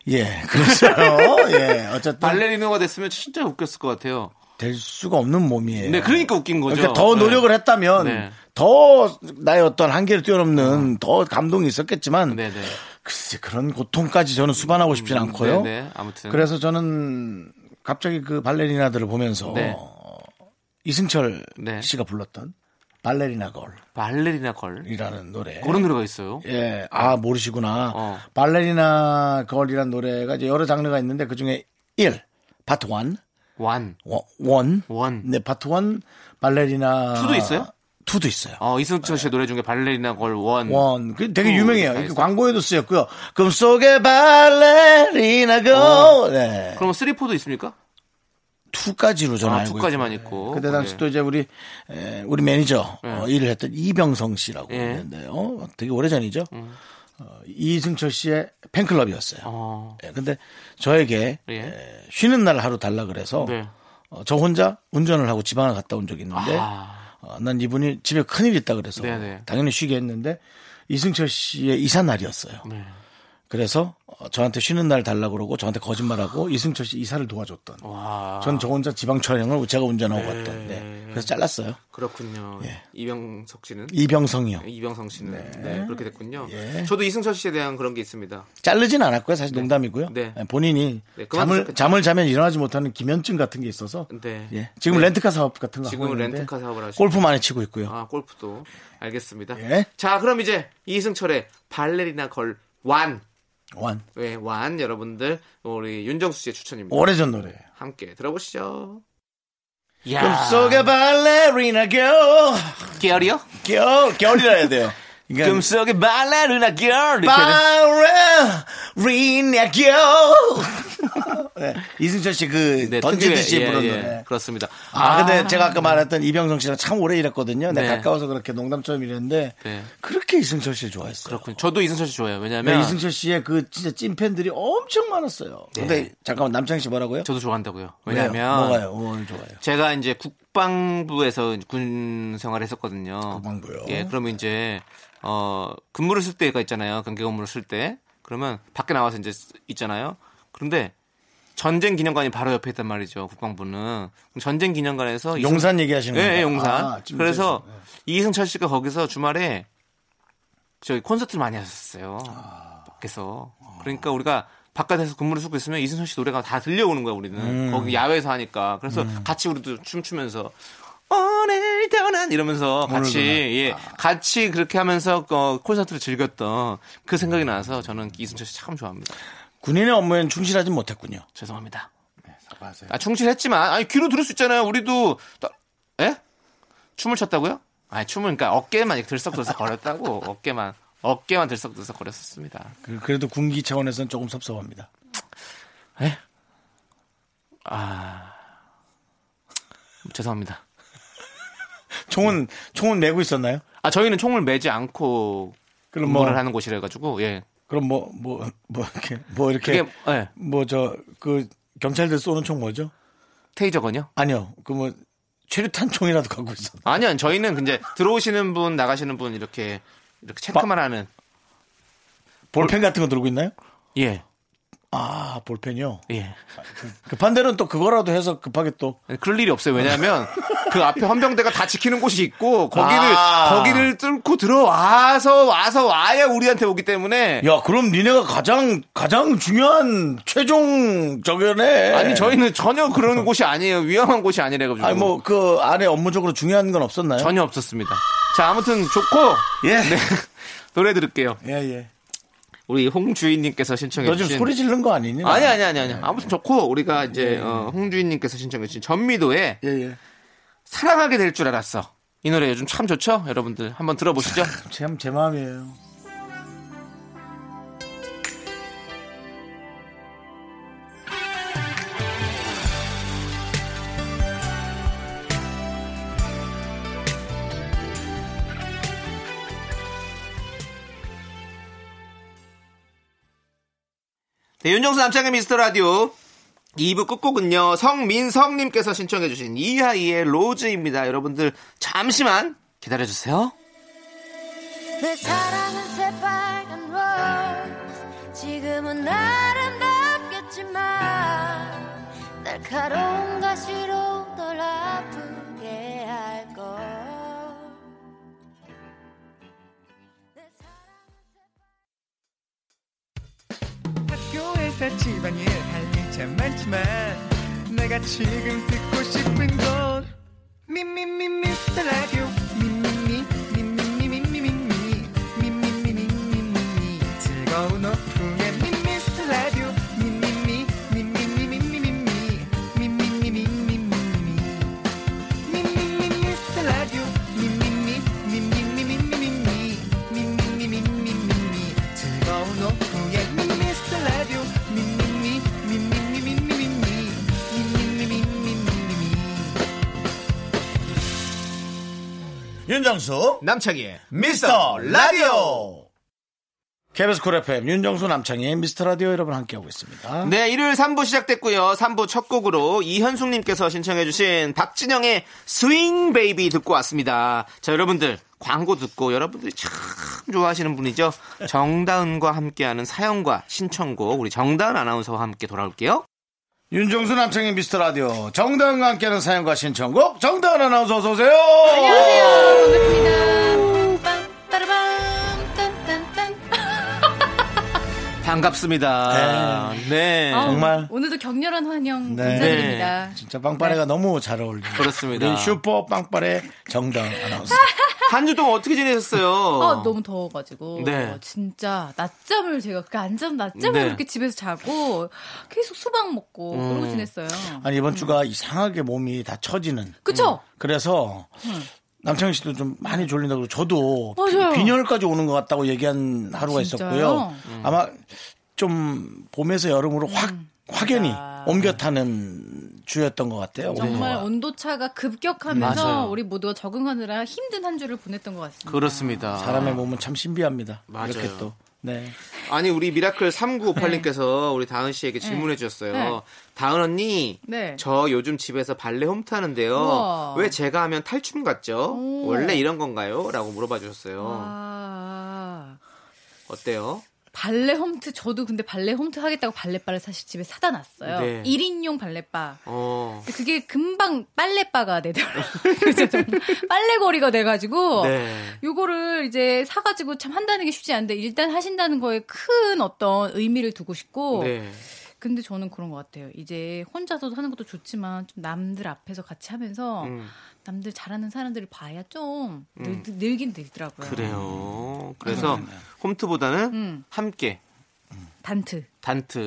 Speaker 1: 네. 예, 그랬어요. 예, 어쨌든
Speaker 2: 발레리노가 됐으면 진짜 웃겼을 것 같아요.
Speaker 1: 될 수가 없는 몸이에요.
Speaker 2: 네, 그러니까 웃긴
Speaker 1: 예.
Speaker 2: 거죠.
Speaker 1: 그러니까 더 노력을 했다면
Speaker 2: 네. 음.
Speaker 1: 더 나의 어떤 한계를 뛰어넘는 더 감동이 있었겠지만
Speaker 2: 네, 네.
Speaker 1: 글쎄 그런 고통까지 저는 수반하고 싶진 않고요.
Speaker 2: 네, 네. 아무튼.
Speaker 1: 그래서 저는 갑자기 그 발레리나들을 보면서
Speaker 2: 네.
Speaker 1: 어, 이승철
Speaker 2: 네.
Speaker 1: 씨가 불렀던 발레리나 걸이라는
Speaker 2: 발레리나 걸.
Speaker 1: 노래.
Speaker 2: 그런 노래가 있어요.
Speaker 1: 예, 아 모르시구나.
Speaker 2: 어.
Speaker 1: 발레리나 걸이라는 노래가 이제 여러 장르가 있는데 그 중에 1 파트 1
Speaker 2: 완.
Speaker 1: 원.
Speaker 2: 원.
Speaker 1: 네, 파트 원 발레리나.
Speaker 2: 투도 있어요?
Speaker 1: 투도 있어요.
Speaker 2: 어, 이승철 씨의 노래 중에 발레리나 걸 원.
Speaker 1: 네. 원. 그 되게
Speaker 2: 투,
Speaker 1: 유명해요.
Speaker 2: 다
Speaker 1: 이게
Speaker 2: 있어요.
Speaker 1: 광고에도 쓰였고요. 금속의 발레리나가.
Speaker 2: 어.
Speaker 1: 네.
Speaker 2: 그럼 3, 4도 있습니까?
Speaker 1: 투까지로 저는
Speaker 2: 아,
Speaker 1: 알고
Speaker 2: 2까지만
Speaker 1: 있고요. 예.
Speaker 2: 있고.
Speaker 1: 그때 당시
Speaker 2: 네.
Speaker 1: 또 이제 우리 에, 우리 매니저
Speaker 2: 네.
Speaker 1: 어, 일을 했던 이병성 씨라고
Speaker 2: 예. 음.
Speaker 1: 있는데요. 되게 오래전이죠. 어, 이승철 씨의 팬클럽이었어요.
Speaker 2: 어.
Speaker 1: 예, 근데 저에게
Speaker 2: 예.
Speaker 1: 에, 쉬는 날 하루 달라 그래서
Speaker 2: 네.
Speaker 1: 어, 저 혼자 운전을 하고 집안을 갔다 온 적이 있는데
Speaker 2: 아.
Speaker 1: 어, 난 이분이 집에 큰일 있다 그래서
Speaker 2: 네네.
Speaker 1: 당연히 쉬게 했는데 이승철 씨의 이사 날이었어요.
Speaker 2: 네.
Speaker 1: 그래서 어, 저한테 쉬는 날 달라 그러고 저한테 거짓말하고 이승철 씨 이사를 도와줬던.
Speaker 2: 와.
Speaker 1: 전 저 혼자 지방 촬영을 제가 운전하고 갔던. 네. 그래서 잘랐어요.
Speaker 2: 그렇군요. 이병석 씨는
Speaker 1: 예. 이병성이요. 예.
Speaker 2: 이병성 씨는 네, 그렇게 됐군요. 저도 이승철 씨에 대한 그런 게 있습니다.
Speaker 1: 자르진 않았고요. 사실 농담이고요.
Speaker 2: 네.
Speaker 1: 예, 본인이
Speaker 2: 네, 그만
Speaker 1: 잠을
Speaker 2: 드셨겠죠.
Speaker 1: 잠을 자면 일어나지 못하는 기면증 같은 게 있어서.
Speaker 2: 네.
Speaker 1: 예. 지금 렌트카 사업 같은 거
Speaker 2: 지금은
Speaker 1: 하고 있는데
Speaker 2: 렌트카 사업을 하시고
Speaker 1: 골프 많이 치고 있고요.
Speaker 2: 아 골프도 알겠습니다.
Speaker 1: 예.
Speaker 2: 자 그럼 이제 이승철의 발레리나 걸완 예,
Speaker 1: 완.
Speaker 2: 왜완 여러분들 우리 윤정수 씨의 추천입니다.
Speaker 1: 오래전 노래예요.
Speaker 2: 함께 들어보시죠. 아.
Speaker 1: 금속의 그러니까 발레리나 girl.
Speaker 2: 계열이요?
Speaker 1: 겨울, 겨울이라 해야 돼요. 그러니까
Speaker 2: 금속의 발레리나 걸
Speaker 1: 발레리나 겨울. 네, 이승철 씨 그
Speaker 2: 네,
Speaker 1: 던지듯이 부른 노래.
Speaker 2: 예, 그렇습니다.
Speaker 1: 아, 근데 제가 아까 말했던 이병성 씨랑 참 오래 일했거든요.
Speaker 2: 네.
Speaker 1: 내가 가까워서 그렇게 농담처럼 일했는데
Speaker 2: 네.
Speaker 1: 그렇게 이승철 씨를 좋아했어요.
Speaker 2: 그렇군요. 저도 이승철 씨 좋아해요.
Speaker 1: 네,
Speaker 2: 왜냐하면
Speaker 1: 이승철 씨의 그 진짜 찐팬들이 엄청 많았어요. 근데 잠깐만 남창 씨 뭐라고요?
Speaker 2: 네. 저도 좋아한다고요.
Speaker 1: 왜요?
Speaker 2: 왜냐하면 예,
Speaker 1: 뭐가요? 뭘 좋아요?
Speaker 2: 제가 이제 국방부에서 군 생활을 했었거든요.
Speaker 1: 국방부요?
Speaker 2: 예, 그러면 이제 어 근무를 쓸 때가 있잖아요. 경계 근무를 쓸 때. 그러면 밖에 나와서 이제 쓰- 있잖아요. 그런데 전쟁 기념관이 바로 옆에 있단 말이죠. 국방부는 그럼 전쟁 기념관에서 이승-
Speaker 1: 용산 얘기하시는
Speaker 2: 예,
Speaker 1: 거예요?
Speaker 2: 예, 용산.
Speaker 1: 아, 예. 찜질에서.
Speaker 2: 그래서 이승철 씨가 거기서 주말에 저희 콘서트를 많이 하셨어요.
Speaker 1: 아.
Speaker 2: 밖에서. 그러니까 우리가 바깥에서 근무를 쓰고 있으면 이승철 씨 노래가 다 들려오는 거야, 우리는.
Speaker 1: 음.
Speaker 2: 거기 야외에서 하니까. 그래서 같이 우리도 춤추면서 오늘 떠난 이러면서 같이 예,
Speaker 1: 아.
Speaker 2: 같이 그렇게 하면서 어, 콘서트를 즐겼던 그 생각이 나서 저는 이승철 씨 참 좋아합니다.
Speaker 1: 군인의 업무엔 충실하진 못했군요.
Speaker 2: 죄송합니다.
Speaker 1: 네, 사과하세요.
Speaker 2: 아, 충실했지만 아니 귀로 들을 수 있잖아요. 우리도 따- 예? 춤을 췄다고요? 아니 춤을 그러니까 어깨만 이렇게 들썩들썩 거렸다고 어깨만 어깨만 들썩들썩 거렸었습니다.
Speaker 1: 그- 그래도 군기 차원에서는 조금 섭섭합니다.
Speaker 2: 아. 죄송합니다.
Speaker 1: 총은 총은 메고 있었나요?
Speaker 2: 아 저희는 총을 매지 않고
Speaker 1: 그럼 뭐
Speaker 2: 근무를 하는 곳이라 가지고 예
Speaker 1: 그럼 뭐 뭐 뭐 이렇게 뭐
Speaker 2: 그게
Speaker 1: 이렇게
Speaker 2: 예
Speaker 1: 뭐 저 그 경찰들 쏘는 총 뭐죠?
Speaker 2: 테이저건요?
Speaker 1: 아니요. 그 뭐 최루탄 총이라도 갖고 있었나?
Speaker 2: 아니요 저희는 이제 들어오시는 분 나가시는 분 이렇게 이렇게 체크만 하는
Speaker 1: 볼펜 같은 거 들고 있나요?
Speaker 2: 예
Speaker 1: 아, 볼펜이요?
Speaker 2: 예.
Speaker 1: 급한 대로는 또 그거라도 해서 급하게 또.
Speaker 2: 그럴 일이 없어요. 왜냐하면 그 앞에 헌병대가 다 지키는 곳이 있고 거기를
Speaker 1: 아.
Speaker 2: 거기를 뚫고 들어와서 와서 와야 우리한테 오기 때문에
Speaker 1: 야, 그럼 니네가 가장, 가장 중요한 최종 저변에.
Speaker 2: 아니 저희는 전혀 그런 곳이 아니에요. 위험한 곳이 아니라 가지고
Speaker 1: 아니, 뭐, 그 안에 업무적으로 중요한 건 없었나요?
Speaker 2: 전혀 없었습니다. 자 아무튼 좋고
Speaker 1: 예.
Speaker 2: 네. 노래 들을게요.
Speaker 1: 예, 예.
Speaker 2: 우리 홍주인님께서 신청해
Speaker 1: 너 지금
Speaker 2: 네, 주신
Speaker 1: 소리 지른 거 네. 아니니?
Speaker 2: 아니 아니 아니 아니 아무튼 좋고 우리가 이제 어, 홍주인님께서 신청해 주신 전미도의
Speaker 1: 예, 예.
Speaker 2: 사랑하게 될 줄 알았어. 이 노래 요즘 참 좋죠? 여러분들 한번 들어보시죠.
Speaker 1: 참, 제 마음이에요.
Speaker 2: 네, 윤정수 남창의 미스터 라디오 2부 끝곡은요 성민성님께서 신청해주신 이하이의 로즈입니다. 여러분들 잠시만 기다려주세요.
Speaker 3: 내그 사랑은 새빨간 로즈 지금은 아름답겠지만 날카로운 가시로 널 아프게 할걸
Speaker 4: 학교에서 집안일 할 일 참 많지만 내가 지금 듣고 싶은 건 미미미 미스터 라디오 미미미 미미미 미미미 미미미 미미미 미미미 즐거운 오후에 미스터 라디오 미미미 미미미 미미미 미미미 미미미 미미미
Speaker 1: 윤정수.
Speaker 2: 남창희의
Speaker 1: 미스터 라디오. KBS 쿨 FM 윤정수 남창희 미스터 라디오 여러분 함께하고 있습니다.
Speaker 2: 네 일요일 3부 시작됐고요. 3부 첫 곡으로 이현숙님께서 신청해주신 박진영의 스윙 베이비 듣고 왔습니다. 자 여러분들 광고 듣고 여러분들이 참 좋아하시는 분이죠. 정다은과 함께하는 사연과 신청곡 우리 정다은 아나운서와 함께 돌아올게요.
Speaker 1: 윤정수 남창희 미스터 라디오 정다은과 함께하는 사연과 신청곡 정다은 아나운서 어서 오세요.
Speaker 3: 안녕하세요 반갑습니다 빰빠라밤 딴딴딴
Speaker 2: 반갑습니다. 네.
Speaker 5: 아우,
Speaker 1: 정말.
Speaker 5: 오늘도 격렬한 환영
Speaker 1: 네.
Speaker 5: 감사드립니다.
Speaker 1: 진짜 빵빠레가 너무 잘 어울립니다.
Speaker 2: 그렇습니다.
Speaker 1: 우리 슈퍼 빵빠레 정다은 아나운서.
Speaker 2: 한 주 동안 어떻게 지내셨어요?
Speaker 5: 아, 너무 더워가지고
Speaker 2: 네.
Speaker 5: 어, 진짜 낮잠을 제가 그 안잠 낮잠을
Speaker 2: 네. 음.
Speaker 5: 이렇게 집에서 자고 계속 수박 먹고 그러고 지냈어요.
Speaker 1: 아니 음. 이번 주가 이상하게 몸이 다 처지는.
Speaker 5: 그쵸?
Speaker 1: 그래서 남창희 씨도 좀 많이 졸린다고 저도 비-
Speaker 5: 음. 맞아요.
Speaker 1: 빈혈까지 오는 것 같다고 얘기한 하루가
Speaker 5: 진짜요? 음.
Speaker 1: 있었고요. 아마 좀 봄에서 여름으로 확 확연히
Speaker 2: 아.
Speaker 1: 옮겨 타는 주였던 것 같아요.
Speaker 5: 정말
Speaker 1: 온도가.
Speaker 5: 온도 차가 급격하면서
Speaker 2: 맞아요.
Speaker 5: 우리 모두가 적응하느라 힘든 한 주를 보냈던 것 같습니다.
Speaker 2: 그렇습니다.
Speaker 1: 사람의 몸은 참 신비합니다.
Speaker 2: 맞아요.
Speaker 1: 이렇게 또. 네.
Speaker 2: 아니 우리 미라클 3958님께서 우리 다은 씨에게 질문해 주셨어요.
Speaker 5: 네.
Speaker 2: 다은 언니,
Speaker 5: 네.
Speaker 2: 저 요즘 집에서 발레 홈트 하는데요.
Speaker 5: 우와.
Speaker 2: 왜 제가 하면 탈춤 같죠?
Speaker 5: 오.
Speaker 2: 원래 이런 건가요? 라고 물어봐 주셨어요.
Speaker 5: 아,
Speaker 2: 어때요?
Speaker 5: 발레 홈트 저도 근데 발레 홈트 하겠다고 발레바를 사실 집에 사다 놨어요.
Speaker 2: 네.
Speaker 5: 1인용 발레바.
Speaker 2: 어.
Speaker 5: 근데 그게 금방 빨래바가 되더라고요. 그래서 좀 빨래거리가 돼가지고
Speaker 2: 네.
Speaker 5: 요거를 이제 사가지고 참 한다는 게 쉽지 않은데 일단 하신다는 거에 큰 어떤 의미를 두고 싶고
Speaker 2: 네.
Speaker 5: 근데 저는 그런 것 같아요. 이제 혼자서 하는 것도 좋지만 좀 남들 앞에서 같이 하면서
Speaker 2: 음,
Speaker 5: 남들 잘하는 사람들을 봐야 좀 늘, 늘긴 늘더라고요.
Speaker 2: 그래요. 그래서
Speaker 1: 음.
Speaker 2: 홈트보다는
Speaker 5: 음.
Speaker 2: 함께
Speaker 5: 단트
Speaker 2: 단트,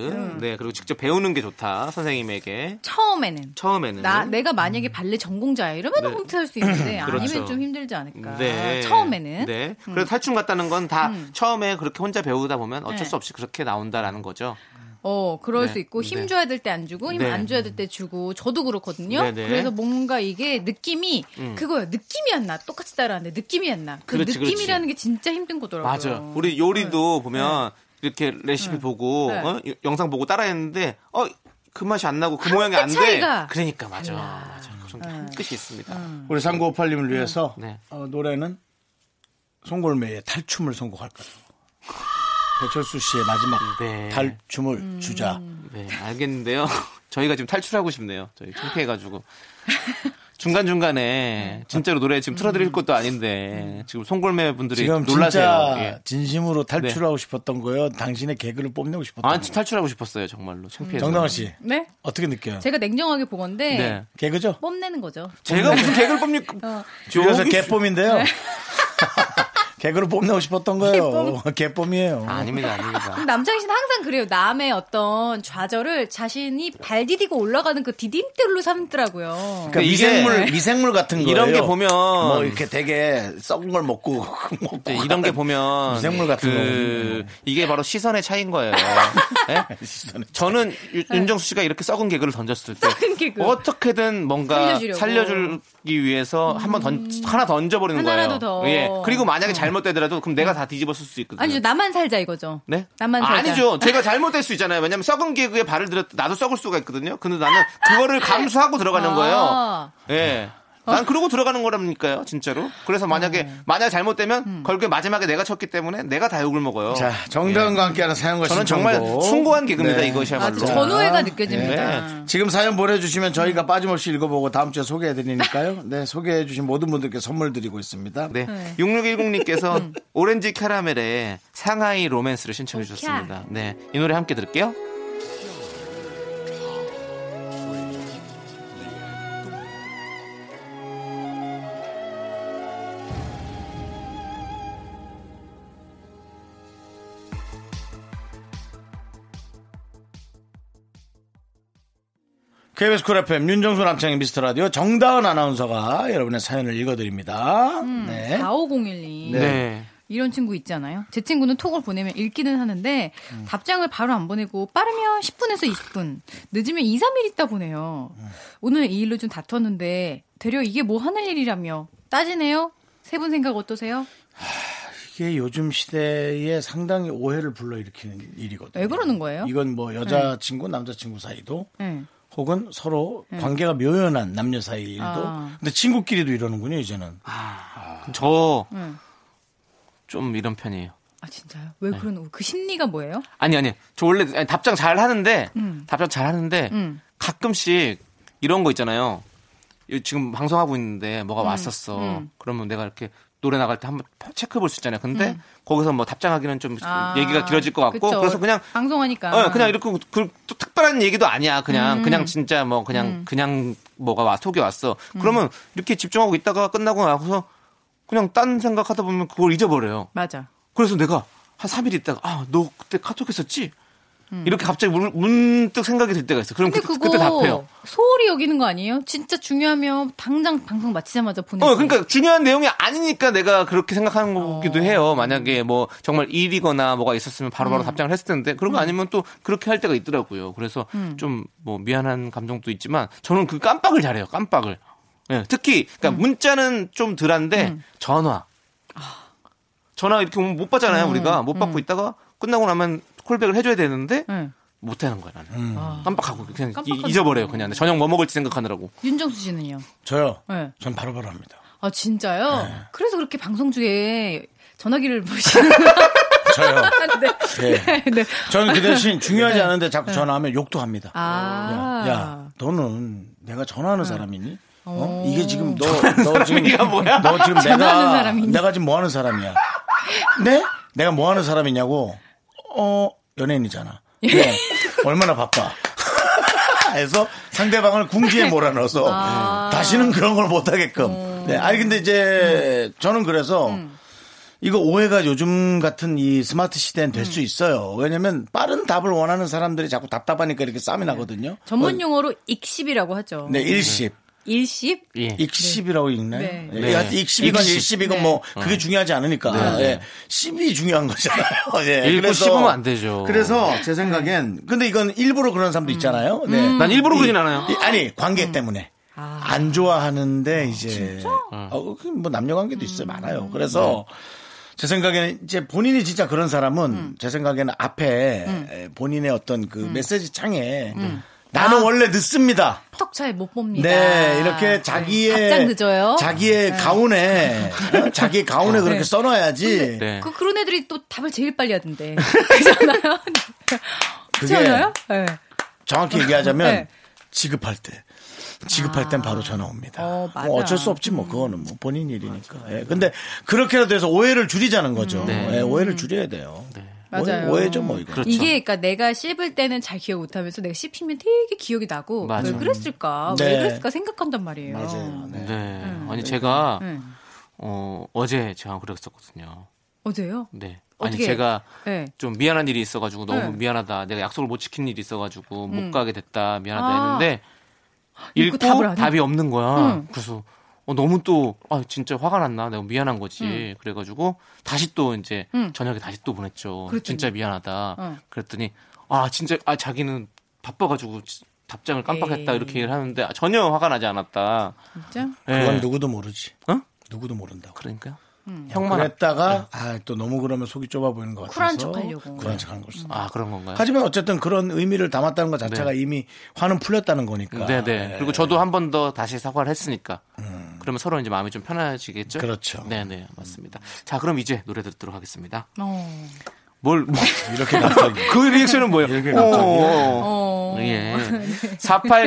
Speaker 2: 네 그리고 직접 배우는 게 좋다 선생님에게
Speaker 5: 처음에는
Speaker 2: 네. 처음에는
Speaker 5: 나 내가 만약에 발레 전공자야 이러면
Speaker 2: 네.
Speaker 5: 홈트 할 수 있는데
Speaker 2: 그렇죠.
Speaker 5: 아니면 좀 힘들지 않을까.
Speaker 2: 네.
Speaker 5: 그러니까 처음에는
Speaker 2: 네. 그래서 탈춤 같다는 건 다
Speaker 5: 음.
Speaker 2: 처음에 그렇게 혼자 배우다 보면 어쩔
Speaker 5: 네.
Speaker 2: 수 없이 그렇게 나온다라는 거죠.
Speaker 5: 어, 그럴
Speaker 2: 네.
Speaker 5: 수 있고 힘
Speaker 2: 네.
Speaker 5: 줘야 될 때 안 주고 힘
Speaker 2: 네.
Speaker 5: 안 줘야 될 때 주고 저도 그렇거든요.
Speaker 2: 네네. 음.
Speaker 5: 그래서 뭔가 이게 느낌이 그거예요. 느낌이 안 나. 똑같이 따라하는데 느낌이 안 나. 그
Speaker 2: 그렇지, 그렇지.
Speaker 5: 느낌이라는 게 진짜 힘든 거더라고요.
Speaker 2: 맞아. 우리 요리도 보면 이렇게 레시피 보고
Speaker 5: 그렇죠. 네.
Speaker 2: 어? 요- 영상 보고 따라했는데 어. 그 맛이 안 나고 그 모양이
Speaker 5: 끗
Speaker 2: 안 돼.
Speaker 5: 차이가. 네.
Speaker 2: 그러니까 맞아. 맞아. 그런 게한 끝이 있습니다.
Speaker 5: 음.
Speaker 1: 우리 3958님을 위해서
Speaker 2: 네.
Speaker 1: 어, 노래는 송골매의 탈춤을 선곡할까요? 배철수 씨의 마지막
Speaker 2: 네.
Speaker 1: 탈춤을 주자.
Speaker 5: 음.
Speaker 2: 네, 알겠는데요. 저희가 지금 탈출하고 싶네요. 저희 창피해가지고.
Speaker 5: 네.
Speaker 2: 중간중간에 진짜로 노래 지금
Speaker 5: 음.
Speaker 2: 틀어드릴 것도 아닌데 지금 송골매 분들이
Speaker 1: 지금
Speaker 2: 네, 놀라세요.
Speaker 1: 진짜
Speaker 2: 예. 네.
Speaker 1: 진심으로 탈출하고 싶었던 거예요. 당신의 개그를 뽐내고 싶었던
Speaker 2: 아,
Speaker 1: 거예요.
Speaker 2: 탈출하고 싶었어요. 정말로. 창피해서.
Speaker 1: 정당화 씨
Speaker 5: 네?
Speaker 1: 어떻게 느껴요?
Speaker 5: 제가 냉정하게 보건데
Speaker 2: 네.
Speaker 1: 개그죠?
Speaker 5: 뽐내는 거죠.
Speaker 2: 제가 무슨 개그를 뽐니까?
Speaker 5: 어.
Speaker 1: 그래서
Speaker 2: 저기-
Speaker 1: 개뽐인데요. 개그를 뽐내고 싶었던 거예요.
Speaker 5: 네. 개뽐.
Speaker 1: 개뽐이에요.
Speaker 2: 아닙니다, 아닙니다.
Speaker 5: 남창희 씨는 항상 그래요. 남의 어떤 좌절을 자신이 발 디디고 올라가는 그 디딤대로 삼더라고요.
Speaker 1: 그러니까
Speaker 2: 이게-
Speaker 1: 미생물 미생물 같은 거예요.
Speaker 2: 이런 게 보면
Speaker 1: 뭐 이렇게 되게 썩은 걸 먹고 먹고
Speaker 2: 네, 이런 게 보면
Speaker 1: 미생물 같은
Speaker 2: 그 이게 바로 시선의 차이인 거예요. 예?
Speaker 1: 시선의
Speaker 2: 저는 유- 윤정수 씨가 이렇게 썩은 개그를 던졌을 때
Speaker 5: 썩은 개그.
Speaker 2: 어떻게든 뭔가
Speaker 5: 살려주려고. 음.
Speaker 2: 살려주기 위해서 한번 던 하나 던져버리는 거예요.
Speaker 5: 하나라도 더.
Speaker 2: 예. 그리고 만약에 잘못되더라도 그럼 내가 다 뒤집어 쓸 수 있거든요.
Speaker 5: 아니죠. 나만 살자 이거죠.
Speaker 2: 네?
Speaker 5: 나만
Speaker 2: 아,
Speaker 5: 살자.
Speaker 2: 아니죠. 제가 잘못될 수 있잖아요. 왜냐면 썩은 개그에 발을 들였다. 나도 썩을 수가 있거든요. 근데 나는 그거를 감수하고 들어가는 거예요.
Speaker 5: 아.
Speaker 2: 예. 난 그러고 들어가는 거라니까요, 진짜로. 그래서 만약에,
Speaker 5: 어.
Speaker 2: 만약 잘못되면,
Speaker 5: 음.
Speaker 2: 결국에 마지막에 내가 쳤기 때문에 내가 다 욕을 먹어요. 예.
Speaker 1: 자 정다은과 함께하는 사연과
Speaker 2: 저는
Speaker 1: 신청곡.
Speaker 2: 정말 숭고한 개그입니다,
Speaker 1: 네.
Speaker 2: 이것이야말로.
Speaker 5: 아주 전후회가 느껴집니다.
Speaker 2: 네.
Speaker 1: 지금 사연 보내주시면 저희가 빠짐없이 읽어보고 다음 주에 소개해드리니까요. 네, 소개해주신 모든 분들께 선물 드리고 있습니다.
Speaker 2: 네.
Speaker 5: 음.
Speaker 2: 6610님께서 오렌지 캐러멜의 상하이 로맨스를 신청해 주셨습니다. 네. 이 노래 함께 들을게요.
Speaker 1: KBS 쿨 FM 윤정수 남창의 미스터 라디오 정다은 아나운서가 여러분의 사연을 읽어드립니다.
Speaker 5: 음,
Speaker 1: 네.
Speaker 5: 아, 45012.
Speaker 1: 네.
Speaker 5: 이런 친구 있잖아요. 제 친구는 톡을 보내면 읽기는 하는데
Speaker 1: 음.
Speaker 5: 답장을 바로 안 보내고 빠르면 10분에서 20분, 늦으면 2, 3일 있다 보내요.
Speaker 1: 음.
Speaker 5: 오늘 이 일로 좀 다퉜는데 되려 이게 뭐 하는 일이라며 따지네요. 세 분 생각 어떠세요?
Speaker 1: 이게 요즘 시대에 상당히 오해를 불러일으키는 일이거든요.
Speaker 5: 왜 그러는 거예요?
Speaker 1: 이건 뭐 여자친구, 남자친구 사이도
Speaker 5: 네.
Speaker 1: 혹은 서로 관계가 묘연한 남녀 사이 일도
Speaker 5: 아.
Speaker 1: 근데 친구끼리도 이러는군요, 이제는.
Speaker 2: 저,
Speaker 5: 음.
Speaker 2: 좀 이런 편이에요.
Speaker 5: 아 진짜요? 왜
Speaker 2: 네.
Speaker 5: 그러는 거? 그 심리가 뭐예요?
Speaker 2: 아니 아니 저 원래 아니, 답장 잘 하는데 답장 잘 하는데
Speaker 5: 음.
Speaker 2: 가끔씩 이런 거 있잖아요 이- 지금 방송하고 있는데
Speaker 5: 음.
Speaker 2: 뭐가 왔었어 그러면 내가 이렇게 노래 나갈 때 한번 체크해 볼 수 있잖아요 근데 거기서 뭐 답장하기는 좀
Speaker 5: 음. 아,
Speaker 2: 얘기가 길어질 것 같고
Speaker 5: 그쵸. 아.
Speaker 2: 그래서 그냥
Speaker 5: 방송하니까
Speaker 2: 어, 그냥 이렇게 그, 또 특별한 얘기도 아니야.
Speaker 5: 음.
Speaker 2: 그냥 그냥 진짜 뭐 그냥 그냥 뭐가 와 속이 왔어.
Speaker 5: 음.
Speaker 2: 그러면 이렇게 집중하고 있다가 끝나고 나서 그냥 딴 생각하다 보면 그걸 잊어버려요.
Speaker 5: 맞아.
Speaker 2: 그래서 내가 한 3일 있다가 아, 너 그때 카톡 했었지? 이렇게 갑자기 문, 문득 생각이 들 때가 있어. 그럼
Speaker 5: 음. 근데
Speaker 2: 그,
Speaker 5: 그거
Speaker 2: 그때 답해요.
Speaker 5: 소홀히 여기는 거 아니에요? 진짜 중요하면 당장 방송 마치자마자 보내.
Speaker 2: 어, 그러니까 중요한 내용이 아니니까 내가 그렇게 생각하는
Speaker 5: 어.
Speaker 2: 거기도 해요. 만약에 뭐 정말 일이거나 뭐가 있었으면
Speaker 5: 음.
Speaker 2: 바로바로 답장을 했을 텐데 그런 거 아니면 또 그렇게 할 때가 있더라고요. 그래서
Speaker 5: 음.
Speaker 2: 좀 뭐 미안한 감정도 있지만 저는 그 깜빡을 잘해요. 깜빡을. 예, 특히
Speaker 5: 음.
Speaker 2: 그러니까 문자는 좀 덜한데 전화.
Speaker 5: 아.
Speaker 2: 전화 이렇게 오면 못 받잖아요.
Speaker 5: 음.
Speaker 2: 우리가 못 받고 있다가 끝나고 나면 콜백을 해줘야 되는데
Speaker 5: 네.
Speaker 2: 못 하는 거야 나는. 깜빡하고 그냥 이-
Speaker 5: 음. 깜빡하는
Speaker 2: 잊어버려요. 그냥 저녁 뭐 먹을지 생각하느라고.
Speaker 5: 윤정수 씨는요?
Speaker 1: 저요.
Speaker 5: 네.
Speaker 1: 전 바로바로 합니다.
Speaker 5: 아 진짜요?
Speaker 2: 네.
Speaker 5: 그래서 그렇게 방송 중에 전화기를 보시는
Speaker 1: 저요. 네.
Speaker 5: 네. 네.
Speaker 1: 저는 그 대신 중요하지 않은데 자꾸 전화하면 욕도 합니다.
Speaker 5: 아. 네.
Speaker 1: 야, 너는 내가 전화하는 사람이니? 어? 이게 지금 너, 너 지금
Speaker 2: 뭐야?
Speaker 1: 너 지금
Speaker 5: 전화하는
Speaker 1: 내가
Speaker 5: 사람이니?
Speaker 1: 내가 지금 뭐 하는 사람이야? 네? 내가 뭐 하는 사람이냐고? 어, 연예인이잖아. 네. 얼마나 바빠? 해서 상대방을 궁지에
Speaker 5: 네.
Speaker 1: 몰아넣어서 다시는 그런 걸
Speaker 5: 어.
Speaker 1: 못하게끔. 네. 아니 근데 이제 저는 그래서
Speaker 5: 음.
Speaker 1: 이거 오해가 요즘 같은 이 스마트 시대엔
Speaker 5: 음.
Speaker 1: 될 수 있어요. 왜냐면 빠른 답을 원하는 사람들이 자꾸 답답하니까 이렇게 쌈이 나거든요.
Speaker 5: 네. 전문 용어로 익십이라고 하죠.
Speaker 1: 네, 일십.
Speaker 5: 일십.
Speaker 2: 예.
Speaker 1: 익십이라고 읽나요?
Speaker 5: 네.
Speaker 1: 예, 하여튼 익십이건
Speaker 2: 익십.
Speaker 1: 일십이건 뭐 그게 중요하지 않으니까
Speaker 5: 네.
Speaker 1: 예. 십이 중요한 거잖아요. 예.
Speaker 2: 읽고 씹으면 안 되죠.
Speaker 1: 그래서 제 생각엔 근데 이건 일부러 그런 사람도 있잖아요. 네.
Speaker 2: 난 일부러 그러진 않아요.
Speaker 1: 이- 아니 관계 때문에 안 좋아하는데 이제 어, 그뭐 남녀 관계도 있어요 많아요. 그래서 제 생각에는 이제 본인이 진짜 그런 사람은 제 생각에는 앞에 본인의 어떤 그 메시지 창에 나는 원래 늦습니다.
Speaker 5: 턱 잘 못 봅니다.
Speaker 1: 네, 이렇게
Speaker 5: 네,
Speaker 1: 자기의
Speaker 5: 답장 늦어요.
Speaker 1: 자기의 가운에 어? 자기 가운에 그렇게 써놔야지.
Speaker 2: 네.
Speaker 5: 그 그런 애들이 또 답을 제일 빨리 하던데. 그렇잖아요. 그렇지 않아요? 네.
Speaker 1: 정확히 얘기하자면
Speaker 5: 네.
Speaker 1: 지급할 때. 지급할 땐 바로 전화 옵니다.
Speaker 5: 어, 맞아.
Speaker 1: 뭐 어쩔 수 없지 뭐 그거는 뭐 본인 일이니까. 예. 근데 그렇게라도 해서 오해를 줄이자는 거죠.
Speaker 2: 네.
Speaker 1: 예, 오해를 줄여야 돼요.
Speaker 5: 맞아요.
Speaker 1: 오해, 죠뭐 이거.
Speaker 2: 그렇죠.
Speaker 5: 이게 그러니까 내가 씹을 때는 잘 기억 못하면서 내가 씹히면 되게 기억이 나고
Speaker 2: 맞아.
Speaker 5: 왜 그랬을까
Speaker 1: 네.
Speaker 5: 왜 그랬을까 생각한단 말이에요.
Speaker 1: 맞아요. 네.
Speaker 2: 네.
Speaker 5: 음.
Speaker 2: 아니 제가
Speaker 5: 네.
Speaker 2: 어, 어제 제가 그랬었거든요.
Speaker 5: 어제요?
Speaker 2: 네. 아니
Speaker 5: 어떻게?
Speaker 2: 제가
Speaker 5: 네.
Speaker 2: 좀 미안한 일이 있어가지고 너무
Speaker 5: 네.
Speaker 2: 미안하다. 내가 약속을 못 지킨 일이 있어가지고 못 가게 됐다.
Speaker 5: 아.
Speaker 2: 미안하다 했는데 읽고
Speaker 5: 읽고 답을 음. 안 해?
Speaker 2: 답이 없는 거야.
Speaker 5: 응.
Speaker 2: 그래서 어, 너무 또 아, 진짜 화가 났나. 내가 미안한 거지.
Speaker 5: 음.
Speaker 2: 그래가지고 다시 또 이제
Speaker 5: 응.
Speaker 2: 저녁에 다시 또 보냈죠.
Speaker 5: 음. 그랬더니? 어.
Speaker 2: 진짜 미안하다.
Speaker 5: 응.
Speaker 2: 그랬더니 아 진짜 아 자기는 바빠가지고 답장을 깜빡했다
Speaker 5: 에이.
Speaker 2: 이렇게 얘기를 하는데 전혀 화가 나지 않았다.
Speaker 5: 진짜?
Speaker 1: 그건
Speaker 2: 예.
Speaker 1: 누구도 모르지.
Speaker 2: 어?
Speaker 1: 누구도 모른다고.
Speaker 2: 그러니까요.
Speaker 1: 형만 했다가
Speaker 2: 네.
Speaker 1: 아, 또 너무 그러면 속이 좁아 보이는 것 같아서
Speaker 5: 쿨한 척하려고. 네. 음.
Speaker 1: 쿨한 척하는 거죠.
Speaker 2: 아 그런 건가요?
Speaker 1: 하지만 어쨌든 그런 의미를 담았다는 것 자체가 이미 화는 풀렸다는 거니까.
Speaker 2: 네. 음, 네네.
Speaker 1: 예.
Speaker 2: 그리고 저도 한 번 더 다시 사과를 했으니까. 그러면 서로 이제 마음이 좀 편해지겠죠?
Speaker 1: 음. 그렇죠.
Speaker 2: 네네. 맞습니다. 자, 그럼 이제 노래 듣도록 하겠습니다.
Speaker 5: 어.
Speaker 2: 뭘, 뭐,
Speaker 1: 이렇게 갑자기
Speaker 2: 그 리액션은 뭐예요?
Speaker 1: 이렇게 갑자기.
Speaker 5: 어.
Speaker 2: 예.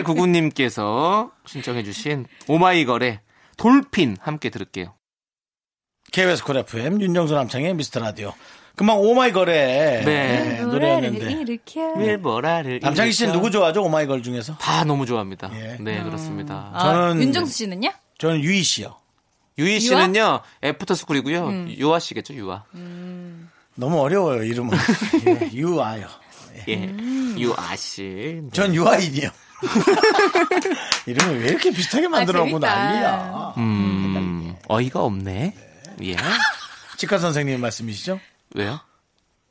Speaker 2: 4899님께서 신청해주신 오마이걸의 돌핀 함께 들을게요.
Speaker 1: KBS 콜 FM 윤정수 남창의 미스터 라디오. 금방 오마이걸의
Speaker 2: 네.
Speaker 1: 예, 노래였는데.
Speaker 5: 이렇게
Speaker 2: 왜
Speaker 1: 네.
Speaker 2: 뭐라를.
Speaker 1: 남창희 씨는 누구 좋아하죠? 오마이걸 중에서?
Speaker 2: 다 너무 좋아합니다.
Speaker 1: 예.
Speaker 2: 네, 그렇습니다.
Speaker 5: 음. 아,
Speaker 1: 저는-
Speaker 5: 윤정수 씨는요?
Speaker 1: 저는 유희 씨요.
Speaker 2: 유희 씨는요, 애프터스쿨이고요. 유아 씨겠죠, 유아.
Speaker 1: 너무 어려워요, 이름은. 예, 유아요.
Speaker 2: 예. 유아 씨. 네.
Speaker 1: 전 유아인이요. 이름을 왜 이렇게 비슷하게 만들어놓고
Speaker 5: 아, 재밌다.
Speaker 1: 난리야.
Speaker 2: 음, 어이가 없네. 예.
Speaker 1: 치과 선생님 말씀이시죠?
Speaker 2: 왜요?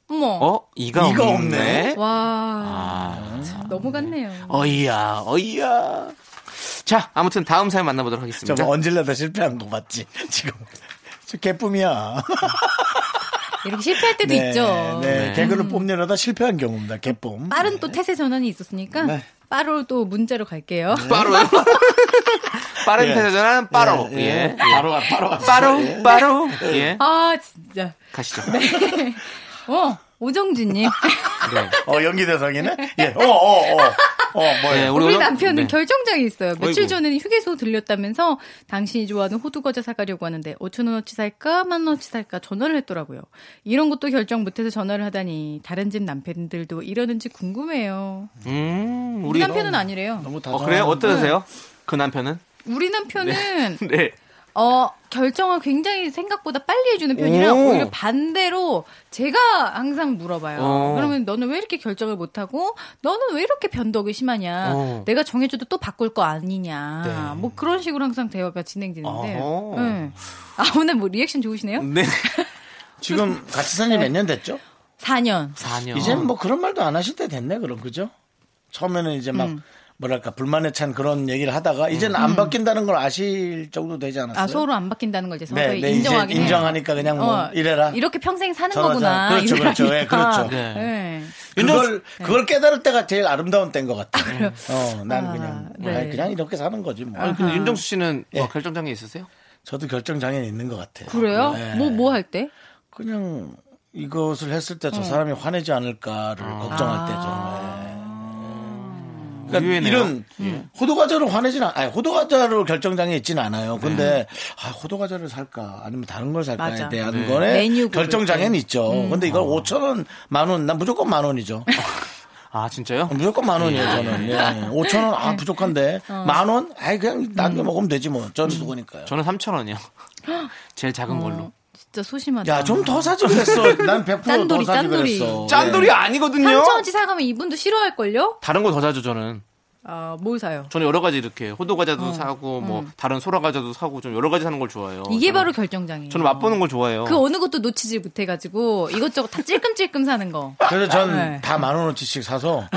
Speaker 5: 어머.
Speaker 2: 어? 이가,
Speaker 1: 이가 없네.
Speaker 2: 없네.
Speaker 5: 와
Speaker 2: 아,
Speaker 5: 넘어갔네요.
Speaker 2: 어이야, 어이야. 자, 아무튼 다음 사연 만나보도록
Speaker 1: 저뭐
Speaker 2: 하겠습니다.
Speaker 1: 언질러다 실패한 거 맞지? 지금. 저 개뿜이야.
Speaker 5: 이렇게 실패할 때도 있죠.
Speaker 1: 네,
Speaker 2: 네.
Speaker 1: 개그를 뽐내려다 실패한 경우입니다. 개뿜.
Speaker 5: 빠른 또 태세 전환이 있었으니까
Speaker 1: 네.
Speaker 5: 빠로 또 문제로 갈게요.
Speaker 2: 빠로요? 빠른
Speaker 1: 예.
Speaker 2: 태세전환 빠로. 예. 예.
Speaker 1: 바로, 바로.
Speaker 2: 빠로, 빠로. 예. 네.
Speaker 5: 아 진짜.
Speaker 2: 가시죠.
Speaker 5: 어 오정진님.
Speaker 2: 네.
Speaker 1: 어, 연기 대상이네? 예, 어, 어, 어. 어, 뭐예요?
Speaker 2: 네,
Speaker 5: 우리,
Speaker 2: 오정-
Speaker 5: 남편은
Speaker 2: 네.
Speaker 5: 결정장이 있어요. 며칠
Speaker 2: 어이구.
Speaker 5: 전에는 휴게소 들렸다면서 당신이 좋아하는 호두과자 사가려고 하는데 5천 원어치 살까 만 원어치 살까 전화를 했더라고요. 이런 것도 결정 못해서 전화를 하다니 다른 집 남편들도 이러는지 궁금해요.
Speaker 2: 음,
Speaker 5: 우리
Speaker 2: 우리.
Speaker 5: 남편은 아니래요.
Speaker 1: 너무 다
Speaker 2: 어, 그래요? 어떠세요? 그 남편은?
Speaker 5: 우리 남편은
Speaker 2: 네.
Speaker 5: 어, 결정을 굉장히 생각보다 빨리 해주는 편이라
Speaker 2: 오.
Speaker 5: 오. 히려 반대로 제가 항상 물어봐요.
Speaker 2: 어.
Speaker 5: 그러면 너는 왜 이렇게 결정을 못하고 너는 왜 이렇게 변덕이 심하냐?
Speaker 2: 어.
Speaker 5: 내가 정해줘도 또 바꿀 거 아니냐?
Speaker 2: 네.
Speaker 5: 뭐 그런 식으로 항상 대화가 진행되는데.
Speaker 2: 어허.
Speaker 5: 네. 아 오늘 뭐 리액션 좋으시네요?
Speaker 2: 네.
Speaker 1: 지금 같이 산 지 몇 년 됐죠?
Speaker 5: 4년.
Speaker 2: 4년.
Speaker 1: 이제는 뭐 그런 말도 안 하실 때 됐네, 그럼 그죠? 처음에는 이제 막 뭐랄까 불만에 찬 그런 얘기를 하다가 이제는 안 바뀐다는 걸 아실 정도 되지 않았어요?
Speaker 5: 음. 아 서로 안 바뀐다는 걸 이제
Speaker 1: 네,
Speaker 5: 서서히
Speaker 1: 네,
Speaker 5: 인정하긴
Speaker 1: 이제
Speaker 5: 해요. 어,
Speaker 1: 인정하니까 그냥 뭐 이래라.
Speaker 5: 이렇게 평생 사는
Speaker 1: 저러자.
Speaker 5: 거구나.
Speaker 1: 그렇죠,
Speaker 5: 이러니까.
Speaker 1: 그렇죠. 예, 그렇죠.
Speaker 2: 네.
Speaker 5: 네.
Speaker 1: 그걸 그걸 깨달을 때가 제일 아름다운 때인 것 같아요. 어, 난
Speaker 5: 아,
Speaker 1: 그냥
Speaker 5: 네.
Speaker 1: 아이, 그냥 이렇게 사는 거지 뭐.
Speaker 2: 아니, 근데 윤정수 씨는
Speaker 1: 예.
Speaker 2: 뭐 결정장애 있으세요?
Speaker 1: 저도 결정 장애 있는 것 같아요.
Speaker 5: 그래요?
Speaker 1: 네.
Speaker 5: 뭐 뭐 할 때?
Speaker 1: 그냥 이것을 했을 때
Speaker 5: 네.
Speaker 1: 저 사람이 화내지 않을까를 걱정할
Speaker 5: 아.
Speaker 1: 때죠. 네. 그러니까
Speaker 2: 의외네요. 예.
Speaker 1: 이런 호두과자로 화내진 않, 아니 호두과자로 결정장애 있지는
Speaker 2: 네.
Speaker 1: 않아요. 근데 아, 호두과자를 살까 아니면 다른 걸 살까에
Speaker 5: 맞아.
Speaker 1: 대한
Speaker 2: 네. 어.
Speaker 1: 거에
Speaker 5: 메뉴 음. 고를
Speaker 1: 결정장애는 있죠. 근데 이걸 5천 원, 만 원, 난 무조건 만 원이죠.
Speaker 2: 아, 진짜요?
Speaker 1: 무조건 만 원이에요, 저는. 예. 5천 원,
Speaker 5: 네.
Speaker 1: 아, 부족한데.
Speaker 5: 어.
Speaker 1: 만 원? 아이, 그냥
Speaker 5: 음.
Speaker 1: 나중에 먹으면 되지 뭐.
Speaker 2: 음.
Speaker 1: 저는 그거니까요.
Speaker 2: 저는 3,000원이요. 제일 작은 걸로.
Speaker 5: 진짜 소심하다.
Speaker 1: 야, 좀 더 사지 그랬어. 난 100%더
Speaker 5: 짠돌이,
Speaker 1: 사지
Speaker 5: 짠돌이.
Speaker 1: 그랬어. 예.
Speaker 2: 짠돌이 아니거든요?
Speaker 5: 3천원치 사가면 이분도 싫어할걸요?
Speaker 2: 예. 다른 거 더 사죠, 저는.
Speaker 5: 아, 뭘 사요?
Speaker 2: 저는 여러 가지 이렇게 호두 과자도
Speaker 5: 어.
Speaker 2: 사고 뭐 다른 소라 과자도 사고 좀 여러 가지 사는 걸 좋아해요.
Speaker 5: 음. 이게
Speaker 2: 저는-
Speaker 5: 바로 결정장애예요.
Speaker 2: 어, 저는 맛보는 걸 좋아해요.
Speaker 5: 그 어느 것도 놓치지 못해가지고 이것저것 다 찔끔찔끔 사는 거.
Speaker 1: 그래서 전
Speaker 5: 네.
Speaker 1: 다 만 원어치씩 사서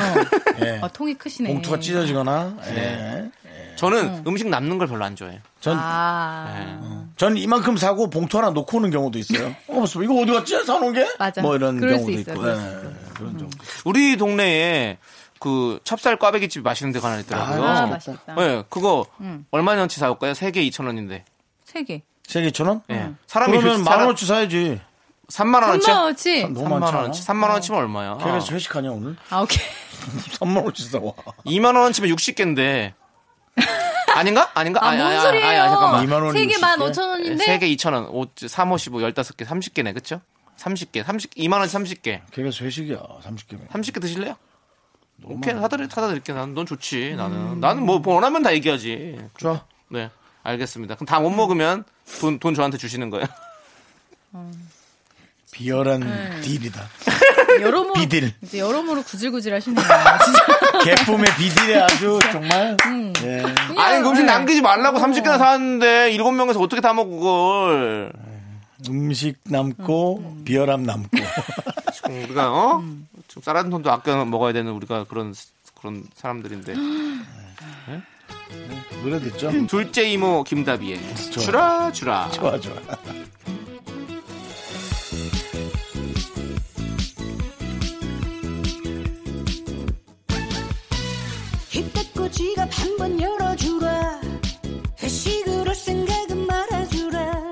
Speaker 1: 예.
Speaker 5: 아, 통이 크시네.
Speaker 1: 봉투가 찢어지거나 예.
Speaker 5: 어.
Speaker 2: 저는 음식 남는 걸 별로 안 좋아해요.
Speaker 1: 전,
Speaker 5: 아,
Speaker 2: 네.
Speaker 1: 전 이만큼 사고 봉투 하나 놓고 오는 경우도 있어요. 어, 무슨 이거 어디 갔지? 사놓은 게?
Speaker 5: 맞아.
Speaker 1: 뭐 이런
Speaker 5: 그럴
Speaker 1: 경우도
Speaker 5: 수 있어요,
Speaker 1: 있고.
Speaker 5: 그럴 수
Speaker 1: 예. 그런 경우.
Speaker 2: 우리 동네에 그 찹쌀 꽈배기집 맛있는 데가 하나 있더라고요.
Speaker 5: 아, 맛있겠다.
Speaker 2: 네, 그거
Speaker 5: 음.
Speaker 2: 얼마년치 사올까요? 3개 2,000원인데.
Speaker 5: 세 개.
Speaker 1: 세계 천 원?
Speaker 2: 예.
Speaker 5: 음.
Speaker 2: 사람이
Speaker 1: 그러면
Speaker 2: 만
Speaker 1: 만
Speaker 2: 원,
Speaker 1: 원어치 사야지.
Speaker 2: 3만 원어치?
Speaker 5: 엄마 어치.
Speaker 1: 너무
Speaker 2: 3만
Speaker 1: 많잖아.
Speaker 2: 원어치. 3만 원어치면 얼마야?
Speaker 1: 그래서 회식하냐 오늘?
Speaker 5: 아 오케이.
Speaker 1: 3만 원어치 사와.
Speaker 2: 2만 원어치면 60개인데. 아닌가? 아닌가?
Speaker 5: 아,
Speaker 2: 아니,
Speaker 5: 뭔
Speaker 2: 아니, 아니,
Speaker 5: 소리예요?
Speaker 2: 아니, 잠깐만.
Speaker 1: 이만 원이
Speaker 5: 세개
Speaker 1: 육십
Speaker 5: 만
Speaker 1: 개?
Speaker 5: 오천 원인데.
Speaker 2: 3개 2,000원. 5, 3, 5, 15, 뭐 15개, 30개네. 그쵸? 30개. 30, 2만 원치 30개.
Speaker 1: 그래서 회식이야. 30개면.
Speaker 2: 30개 드실래요? 오케이, 사드릴, 사드릴게. 나는 넌 좋지, 나는. 나는 뭐, 원하면 다 얘기하지.
Speaker 1: 좋아.
Speaker 2: 네, 알겠습니다. 그럼 다 못 먹으면 돈, 돈 저한테 주시는 거예요?
Speaker 1: 비열한 딜이다.
Speaker 5: 여러모로
Speaker 1: 비딜.
Speaker 5: 이제 여러모로 구질구질 하시네요. 진짜.
Speaker 1: 개품의 비딜에 아주 정말. 예.
Speaker 2: 아니, 그 음식
Speaker 5: 네.
Speaker 2: 남기지 말라고 30개나 사왔는데, 7명에서 어떻게 다 먹어, 그걸.
Speaker 1: 음식 남고 비열함 남고.
Speaker 2: 지금 우리가, 어? 지금 쌀한 돈도 아껴 먹어야 되는 우리가 그런, 그런 사람들인데.
Speaker 1: 노래 듣죠?
Speaker 2: 둘째 이모 김다비의 주라, 주라.
Speaker 1: 좋아 좋아.
Speaker 3: 힙닫고 지갑 한 번 열어주라 회식으로 생각은 말아주라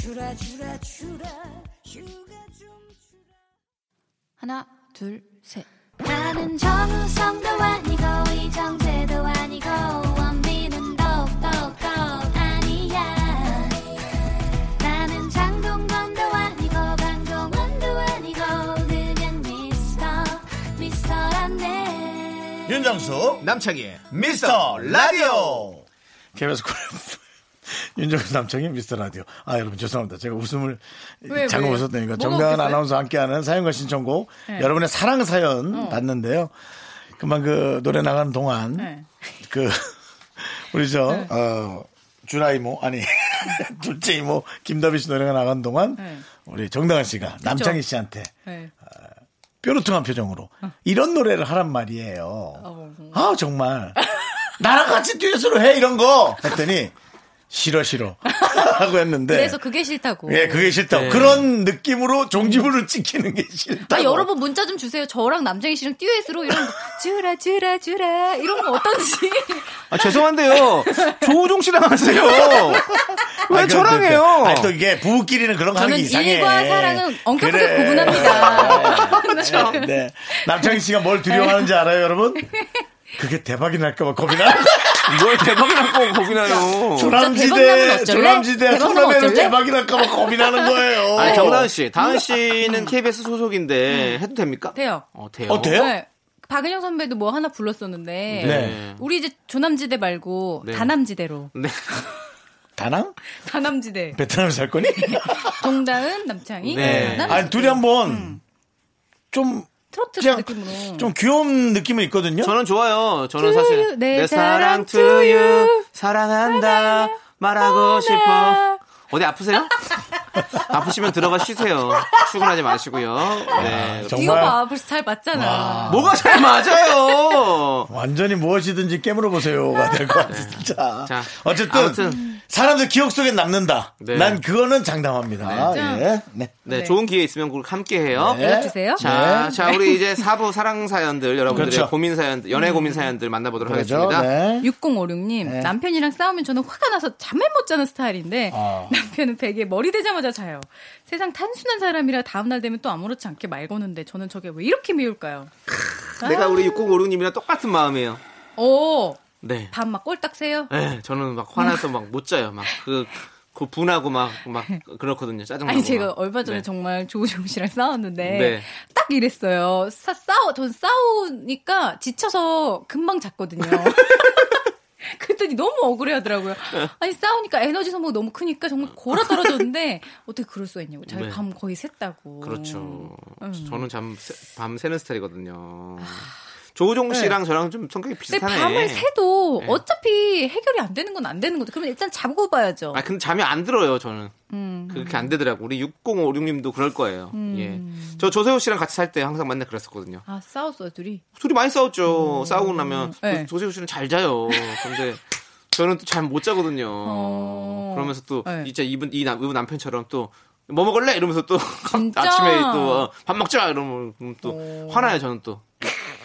Speaker 3: 주라 주라 주라 휴가 좀
Speaker 5: 하나 둘 셋.
Speaker 3: 주라 나는 정우성도 아니고 이정재도 아니고 원빈은 더욱더 아니야 나는 장동건도 아니고 방종원도 아니고 그냥 미스터 미스터란데
Speaker 1: 윤정수
Speaker 2: 남창희의
Speaker 1: 미스터 라디오. KBS 쿨 FM. 윤정수 남창희 미스터 라디오. 아 여러분 죄송합니다. 제가 웃음을
Speaker 5: 왜,
Speaker 1: 잠깐
Speaker 5: 왜요?
Speaker 1: 웃었다니까.
Speaker 5: 뭐가
Speaker 1: 정다은
Speaker 5: 웃겼어요?
Speaker 1: 아나운서와 함께하는 사연과 신청곡
Speaker 5: 네. 어.
Speaker 1: 여러분의 사랑 사연 봤는데요. 금방 그 노래 나가는 동안
Speaker 5: 네.
Speaker 1: 그 우리 저 어, 주라 이모 아니 둘째 이모 김다비 씨 노래가 나간 동안
Speaker 5: 네.
Speaker 1: 우리 정다은 씨가 남창희 씨한테
Speaker 5: 네.
Speaker 1: 뾰루퉁한 표정으로 이런 노래를 하란 말이에요.
Speaker 5: 어.
Speaker 1: 아 정말 나랑 같이 듀엣으로 해 이런 거 했더니 싫어 싫어 하고 했는데
Speaker 5: 그래서
Speaker 2: 네.
Speaker 5: 그게 싫다고.
Speaker 1: 예 그게 싫다 고 그런 느낌으로 종지부를 찍히는 게 싫다.
Speaker 5: 아, 여러분 문자 좀 주세요. 저랑 남정희 씨랑 듀엣으로 이런 거 주라 주라 주라 이런 거 어떤지.
Speaker 2: 아, 죄송한데요. 조우종 씨랑 하세요. 아, 왜 저랑 해요?
Speaker 1: 그러니까. 아니 또 이게 부부끼리는 그런 거 하는
Speaker 5: 저는
Speaker 1: 게 이상해.
Speaker 5: 일과 사랑은 엄격하게
Speaker 1: 그래.
Speaker 5: 구분합니다. 네.
Speaker 1: 네. 남창희 씨가 뭘 두려워하는지 알아요, 여러분? 그게 대박이 날까봐 겁이 나.
Speaker 2: 뭘 대박이 났고 겁이 나요.
Speaker 1: 조남지대,
Speaker 5: 나면 어쩔래?
Speaker 1: 조남지대
Speaker 5: 대박 나면
Speaker 1: 소나무는
Speaker 5: 어쩔래?
Speaker 1: 대박이 날까봐 겁이 나는 거예요.
Speaker 2: 아니, 정다은 씨. 다은 씨는 KBS 소속인데 해도 됩니까?
Speaker 5: 돼요.
Speaker 2: 어, 돼요.
Speaker 1: 어, 돼요?
Speaker 5: 네. 박은영 선배도 뭐 하나 불렀었는데
Speaker 1: 네.
Speaker 5: 우리 이제 조남지대 말고
Speaker 2: 네.
Speaker 5: 다남지대로
Speaker 2: 네.
Speaker 1: 다낭?
Speaker 5: 다남지대
Speaker 1: 베트남에 살 거니?
Speaker 5: 동다은 남창희
Speaker 2: 네.
Speaker 5: 다남
Speaker 1: 아니, 둘이 한번 좀,
Speaker 5: 트로트
Speaker 1: 그냥
Speaker 5: 느낌으로
Speaker 1: 좀 귀여운 느낌이 있거든요.
Speaker 2: 저는 좋아요. 저는
Speaker 5: To
Speaker 2: 사실
Speaker 5: you, 내 사랑 to you.
Speaker 2: 사랑한다 말하고 싶어. 어디 아프세요? 아프시면 들어가 쉬세요. 출근하지 마시고요. 네.
Speaker 5: 이거
Speaker 1: 정말
Speaker 5: 봐 벌써 잘 맞잖아
Speaker 2: 뭐가 잘 맞아요.
Speaker 1: 완전히 무엇이든지 깨물어 보세요가 될 것 같아 진짜.
Speaker 2: 자,
Speaker 1: 어쨌든
Speaker 2: 아무튼.
Speaker 1: 사람들 기억 속에 남는다.
Speaker 2: 네.
Speaker 1: 난 그거는 장담합니다.
Speaker 5: 네.
Speaker 1: 예. 네.
Speaker 2: 네, 어,
Speaker 5: 네.
Speaker 2: 좋은 기회 있으면 꼭 함께 해요.
Speaker 1: 네.
Speaker 5: 연락주세요
Speaker 2: 자,
Speaker 1: 네.
Speaker 2: 자, 우리 이제 사부 사랑 사연들 여러분들의
Speaker 1: 그렇죠.
Speaker 2: 고민 사연, 연애 고민 사연들 만나보도록
Speaker 1: 그렇죠.
Speaker 2: 하겠습니다.
Speaker 1: 네.
Speaker 5: 6056님
Speaker 1: 네.
Speaker 5: 남편이랑 싸우면 저는 화가 나서 잠을 못 자는 스타일인데
Speaker 1: 아.
Speaker 5: 남편은 베개에 머리 대자마자 자요 세상 탄순한 사람이라 다음날 되면 또 아무렇지 않게 말 거는데 저는 저게 왜 이렇게 미울까요
Speaker 2: 내가 우리 6056님이랑 똑같은 마음이에요.
Speaker 5: 오
Speaker 2: 네.
Speaker 5: 밤 어, 막 꼴딱 새요
Speaker 2: 네, 저는 막 화나서 막 못 자요. 막 그, 그 분하고 막, 막 그렇거든요. 짜증나고.
Speaker 5: 아니 제가
Speaker 2: 막.
Speaker 5: 얼마 전에
Speaker 2: 네.
Speaker 5: 정말 조우종 씨랑 싸웠는데
Speaker 2: 네.
Speaker 5: 딱 이랬어요. 싸, 싸워 전 싸우니까 지쳐서 금방 잤거든요. 그랬더니 너무 억울해하더라고요. 아니 싸우니까 에너지 소모가 너무 크니까 정말 골아 떨어졌는데 어떻게 그럴 수가 있냐고. 저희
Speaker 2: 네.
Speaker 5: 밤 거의 샜다고.
Speaker 2: 그렇죠.
Speaker 5: 음.
Speaker 2: 저는 잠, 새- 밤 새는 스타일이거든요.
Speaker 1: 네.
Speaker 2: 조우종 씨랑 저랑 좀 성격이
Speaker 5: 근데
Speaker 2: 비슷하네.
Speaker 5: 밤을 새도
Speaker 2: 네.
Speaker 5: 어차피 해결이 안 되는 건 안 되는 거죠. 그러면 일단 자고 봐야죠.
Speaker 2: 아, 근데 잠이 안 들어요, 저는.
Speaker 5: 음.
Speaker 2: 그렇게 안 되더라고. 우리 6056님도 그럴 거예요. 예. 저 조세호 씨랑 같이 살 때 항상 맨날 그랬었거든요.
Speaker 5: 아 싸웠어요 둘이.
Speaker 2: 둘이 많이 싸웠죠. 싸우고 나면
Speaker 5: 음. 네.
Speaker 2: 조- 조세호 씨는 잘 자요. 근데 저는 또 잘 못 자거든요.
Speaker 5: 어.
Speaker 2: 그러면서 또
Speaker 5: 네.
Speaker 2: 진짜 이분 이 남, 이분 남편처럼 또. 뭐 먹을래? 이러면서 또 어,
Speaker 5: 진짜?
Speaker 2: 아침에 또 밥 먹자 이러면 또 화나요 저는 또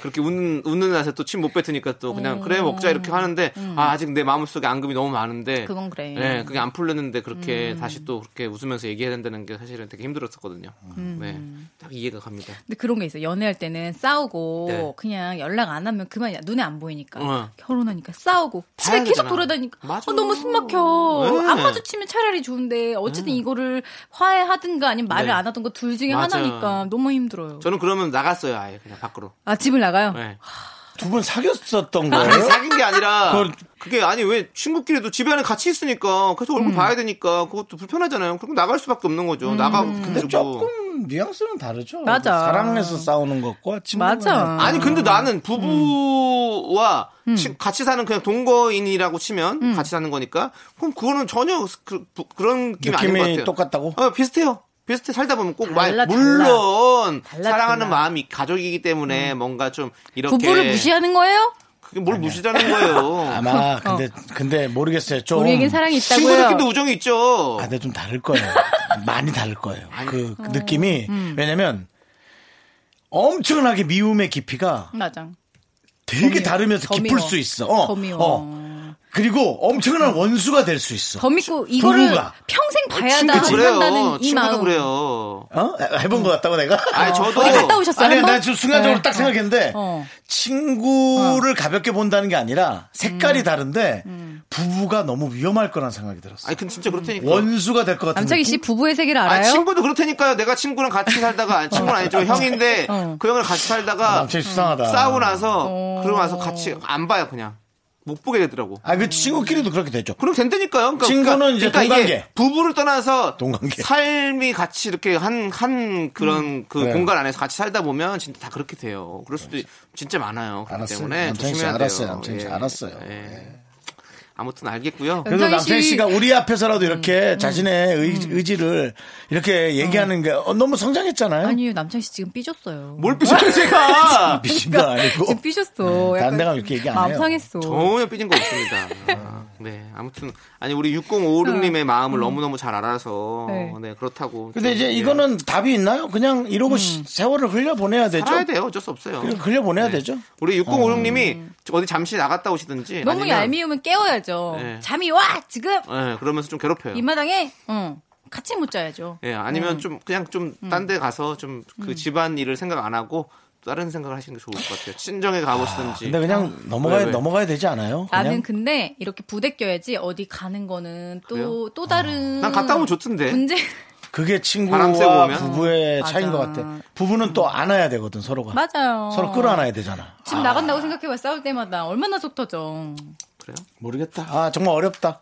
Speaker 2: 그렇게 웃는, 웃는 낯에 또 침 못 뱉으니까 또 그냥
Speaker 5: 음.
Speaker 2: 그래 먹자 이렇게 하는데 아, 아직 내 마음속에 앙금이 너무 많은데
Speaker 5: 그건 그래.
Speaker 2: 네, 그게 안 풀렸는데
Speaker 5: 음.
Speaker 2: 그렇게 다시 또 그렇게 웃으면서 얘기해야 된다는 게 사실은 되게 힘들었었거든요.
Speaker 5: 음.
Speaker 2: 네, 딱 이해가 갑니다.
Speaker 5: 근데 그런 게 있어요. 연애할 때는 싸우고
Speaker 2: 네.
Speaker 5: 그냥 연락 안 하면 그만이야. 눈에 안 보이니까.
Speaker 2: 어.
Speaker 5: 결혼하니까 싸우고 집에
Speaker 2: 봐야
Speaker 5: 계속
Speaker 2: 되잖아.
Speaker 5: 돌아다니까
Speaker 2: 맞아.
Speaker 5: 어, 너무 숨 막혀.
Speaker 2: 네.
Speaker 5: 안 마주치면 차라리 좋은데 어쨌든 이거를 화해하든가 아니면 말을
Speaker 2: 네.
Speaker 5: 안 하든가 둘 중에
Speaker 2: 맞아요.
Speaker 5: 하나니까 너무 힘들어요.
Speaker 2: 저는 그러면 나갔어요, 아예 그냥 밖으로.
Speaker 5: 아 집을 나가요?
Speaker 2: 네.
Speaker 1: 두 분 사귀었었던
Speaker 2: 아니,
Speaker 1: 거예요?
Speaker 2: 사귄 게 아니라
Speaker 1: 어? 그걸-
Speaker 2: 그게 아니 왜 친구끼리도 집에 안에 같이 있으니까 계속 얼굴 봐야 되니까 그것도 불편하잖아요. 그럼 나갈 수밖에 없는 거죠. 나가고
Speaker 1: 근데
Speaker 2: 근데
Speaker 1: 조금 뉘앙스는 다르죠. 뭐
Speaker 5: 맞아.
Speaker 1: 사랑해서 싸우는 것과 친구
Speaker 5: 맞아.
Speaker 2: 아니 근데 나는 부부와 치- 같이 사는 그냥 동거인이라고 치면 같이 사는 거니까 그럼 그거는 전혀 그, 런 느낌이, 아닌 것
Speaker 1: 느낌이
Speaker 2: 같아요.
Speaker 1: 똑같다고?
Speaker 2: 어, 비슷해요. 비슷해 살다 보면 꼭 말-
Speaker 5: 달라, 달라.
Speaker 2: 물론
Speaker 5: 달라,
Speaker 2: 사랑하는
Speaker 5: 달라.
Speaker 2: 마음이 가족이기 때문에 뭔가 좀 이렇게
Speaker 5: 부부를 무시하는 거예요?
Speaker 2: 그게 뭘 무시하는 거예요.
Speaker 1: 아마 근데 근데 모르겠어요. 좀
Speaker 5: 우리에겐 사랑이 있다고요.
Speaker 2: 친구들끼리도 우정이
Speaker 5: 어.
Speaker 2: 있죠.
Speaker 1: 아, 근데 좀 다를 거예요. 많이 다를 거예요. 그
Speaker 5: 음.
Speaker 1: 느낌이 왜냐면 엄청나게 미움의 깊이가
Speaker 5: 맞아.
Speaker 1: 되게
Speaker 5: 네. 더
Speaker 1: 다르면서
Speaker 5: 미워.
Speaker 1: 깊을 수 있어. 어,
Speaker 5: 더 미워.
Speaker 1: 어. 그리고 엄청난 원수가 될 수 있어.
Speaker 5: 더 믿고 이거를
Speaker 1: 부부가.
Speaker 5: 평생 아, 봐야
Speaker 2: 친구도 그래요.
Speaker 5: 한다는 이
Speaker 2: 친구도
Speaker 5: 마음.
Speaker 2: 그래요.
Speaker 1: 어? 해본 것 같다고 내가?
Speaker 2: 아니 저도
Speaker 5: 어디 갔다 오셨어요?
Speaker 1: 아니,
Speaker 5: 한번?
Speaker 1: 난 지금 순간적으로
Speaker 5: 네.
Speaker 1: 딱 생각했는데,
Speaker 5: 어.
Speaker 1: 친구를 가볍게 본다는 게 아니라, 색깔이
Speaker 5: 음.
Speaker 1: 다른데, 부부가 너무 위험할 거란 생각이 들었어.
Speaker 2: 아니 근데 진짜 그렇다니까.
Speaker 1: 원수가 될 것 같은
Speaker 5: 남창희 씨
Speaker 1: 느낌?
Speaker 5: 부부의 세계를
Speaker 2: 아
Speaker 5: 뭐, 알아요?
Speaker 2: 친구도 그렇다니까요. 내가 친구랑 같이 살다가 친구는 아니죠 형인데
Speaker 5: 어.
Speaker 2: 그 형을 같이 살다가
Speaker 5: 음.
Speaker 1: 남창희 아, 수상하다.
Speaker 2: 싸우고 나서 그러고 나서 같이 안 봐요 그냥 못 보게 되더라고.
Speaker 1: 아, 그 친구끼리도 그렇게 되죠.
Speaker 2: 그럼 된다니까요. 그러니까,
Speaker 1: 친구는
Speaker 2: 그러니까-
Speaker 1: 이제
Speaker 2: 그러니까 이게
Speaker 1: 동관계.
Speaker 2: 부부를 떠나서
Speaker 1: 동관계. 음.
Speaker 2: 삶이 같이 이렇게 한 한 그런 그
Speaker 1: 그래요.
Speaker 2: 공간 안에서 같이 살다 보면 진짜 다 그렇게 돼요. 그럴 수도 진짜 많아요. 그렇기
Speaker 1: 알았어요.
Speaker 2: 때문에
Speaker 1: 남창희 씨
Speaker 2: 조심해야
Speaker 1: 알았어요.
Speaker 2: 돼요.
Speaker 1: 남창희 씨 알았어요. 네.
Speaker 2: 예. 아무튼 알겠고요.
Speaker 1: 그래서
Speaker 5: 남창희
Speaker 1: 남창희
Speaker 5: 씨-
Speaker 1: 씨가 우리 앞에서라도
Speaker 2: 음,
Speaker 1: 이렇게 자신의 의, 지를 이렇게 얘기하는 게 어, 너무 성장했잖아요.
Speaker 5: 아니요 남창희 씨 지금 삐졌어요.
Speaker 2: 뭘 삐져요 제가?
Speaker 1: 미친 건 아니고.
Speaker 5: 지금 삐졌어.
Speaker 1: 네,
Speaker 5: 약간
Speaker 1: 딴 데가 이렇게 얘기 안
Speaker 5: 마음
Speaker 1: 해요.
Speaker 5: 상했어.
Speaker 2: 전혀 삐진 거 없습니다. 아, 네, 아무튼 아니 우리 6056님의 마음을 너무 너무 잘 알아서
Speaker 5: 네.
Speaker 2: 네, 그렇다고.
Speaker 1: 근데
Speaker 2: 좀,
Speaker 1: 이제
Speaker 2: 예,
Speaker 1: 이거는 답이 있나요? 그냥 이러고 시- 세월을 흘려보내야 되죠.
Speaker 2: 음. 예, 살아야 돼요. 네. 어쩔 수 없어요.
Speaker 1: 그냥 흘려보내야 되죠. 어.
Speaker 2: 우리 6056님이 어디 잠시 나갔다 오시든지
Speaker 5: 너무
Speaker 2: 아니면-
Speaker 5: 얄미우면 깨워야죠.
Speaker 2: 네.
Speaker 5: 잠이 와 지금
Speaker 2: 예, 그러면서 좀 괴롭혀요.
Speaker 5: 이 음. 마당에 어, 같이 못 자야죠.
Speaker 2: 예, 아니면 좀 그냥 좀 딴 데 가서 좀 그
Speaker 5: 음.
Speaker 2: 집안 일을 생각 안 하고 다른 생각을 하시는 게 좋을 것 같아요. 친정에 가보시든지.
Speaker 1: 근데 그냥
Speaker 2: 아.
Speaker 1: 넘어가야
Speaker 2: 왜, 왜?
Speaker 1: 넘어가야 되지 않아요? 그냥
Speaker 5: 나는 근데 이렇게 부대껴야지 어디 가는 거는 또 또
Speaker 2: 그래요? 아,
Speaker 5: 다른
Speaker 2: 난 갔다 오면 좋던데.
Speaker 5: 문제
Speaker 1: 그게
Speaker 2: 바람 쐬고
Speaker 1: 친구와
Speaker 2: 오면? 음.
Speaker 1: 부부의
Speaker 5: 맞아.
Speaker 1: 차이인 것 같아. 부부는 또 안아야 되거든 서로가.
Speaker 5: 맞아요.
Speaker 1: 서로 끌어안아야 되잖아.
Speaker 5: 지금 나간다고 생각해봐 싸울 때마다 얼마나 속 터져.
Speaker 2: 그래요?
Speaker 1: 모르겠다. 아 정말 어렵다.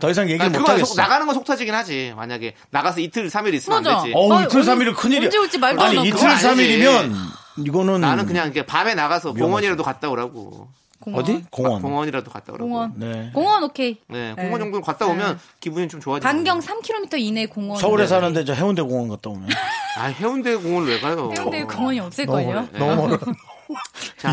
Speaker 1: 더 이상 얘기를
Speaker 2: 아니,
Speaker 1: 못
Speaker 2: 그건
Speaker 1: 하겠어.
Speaker 2: 속- 나가는 건 속 터지긴 하지. 만약에 나가서 이틀 삼일 있으면
Speaker 5: 맞아.
Speaker 2: 안 되지.
Speaker 5: 어,
Speaker 1: 어우
Speaker 5: 아니,
Speaker 1: 이틀
Speaker 5: 언제-
Speaker 1: 삼일은 큰일이야.
Speaker 5: 언제 올지 말도 안
Speaker 1: 아니
Speaker 5: 하고.
Speaker 1: 이틀
Speaker 2: 그건 아니지.
Speaker 1: 삼일이면 이거는
Speaker 2: 나는 그냥 이렇게 밤에 나가서 공원이라도 갔다 오라고. 아,
Speaker 5: 공원.
Speaker 1: 어디 공원.
Speaker 2: 공원이라도 갔다 오라고.
Speaker 5: 공원.
Speaker 1: 네.
Speaker 5: 공원 오케이.
Speaker 2: 네, 공원 정도 갔다 오면 기분이 좀 좋아지죠.
Speaker 5: 반경 3km 이내 공원.
Speaker 1: 서울에 사는데 저 해운대 공원 갔다 오면
Speaker 2: 아, 해운대 공원 왜 가요?
Speaker 5: 해운대 공원이 없을
Speaker 1: 너무
Speaker 5: 거예요.
Speaker 1: 멀어. 너무 멀어.
Speaker 2: 자,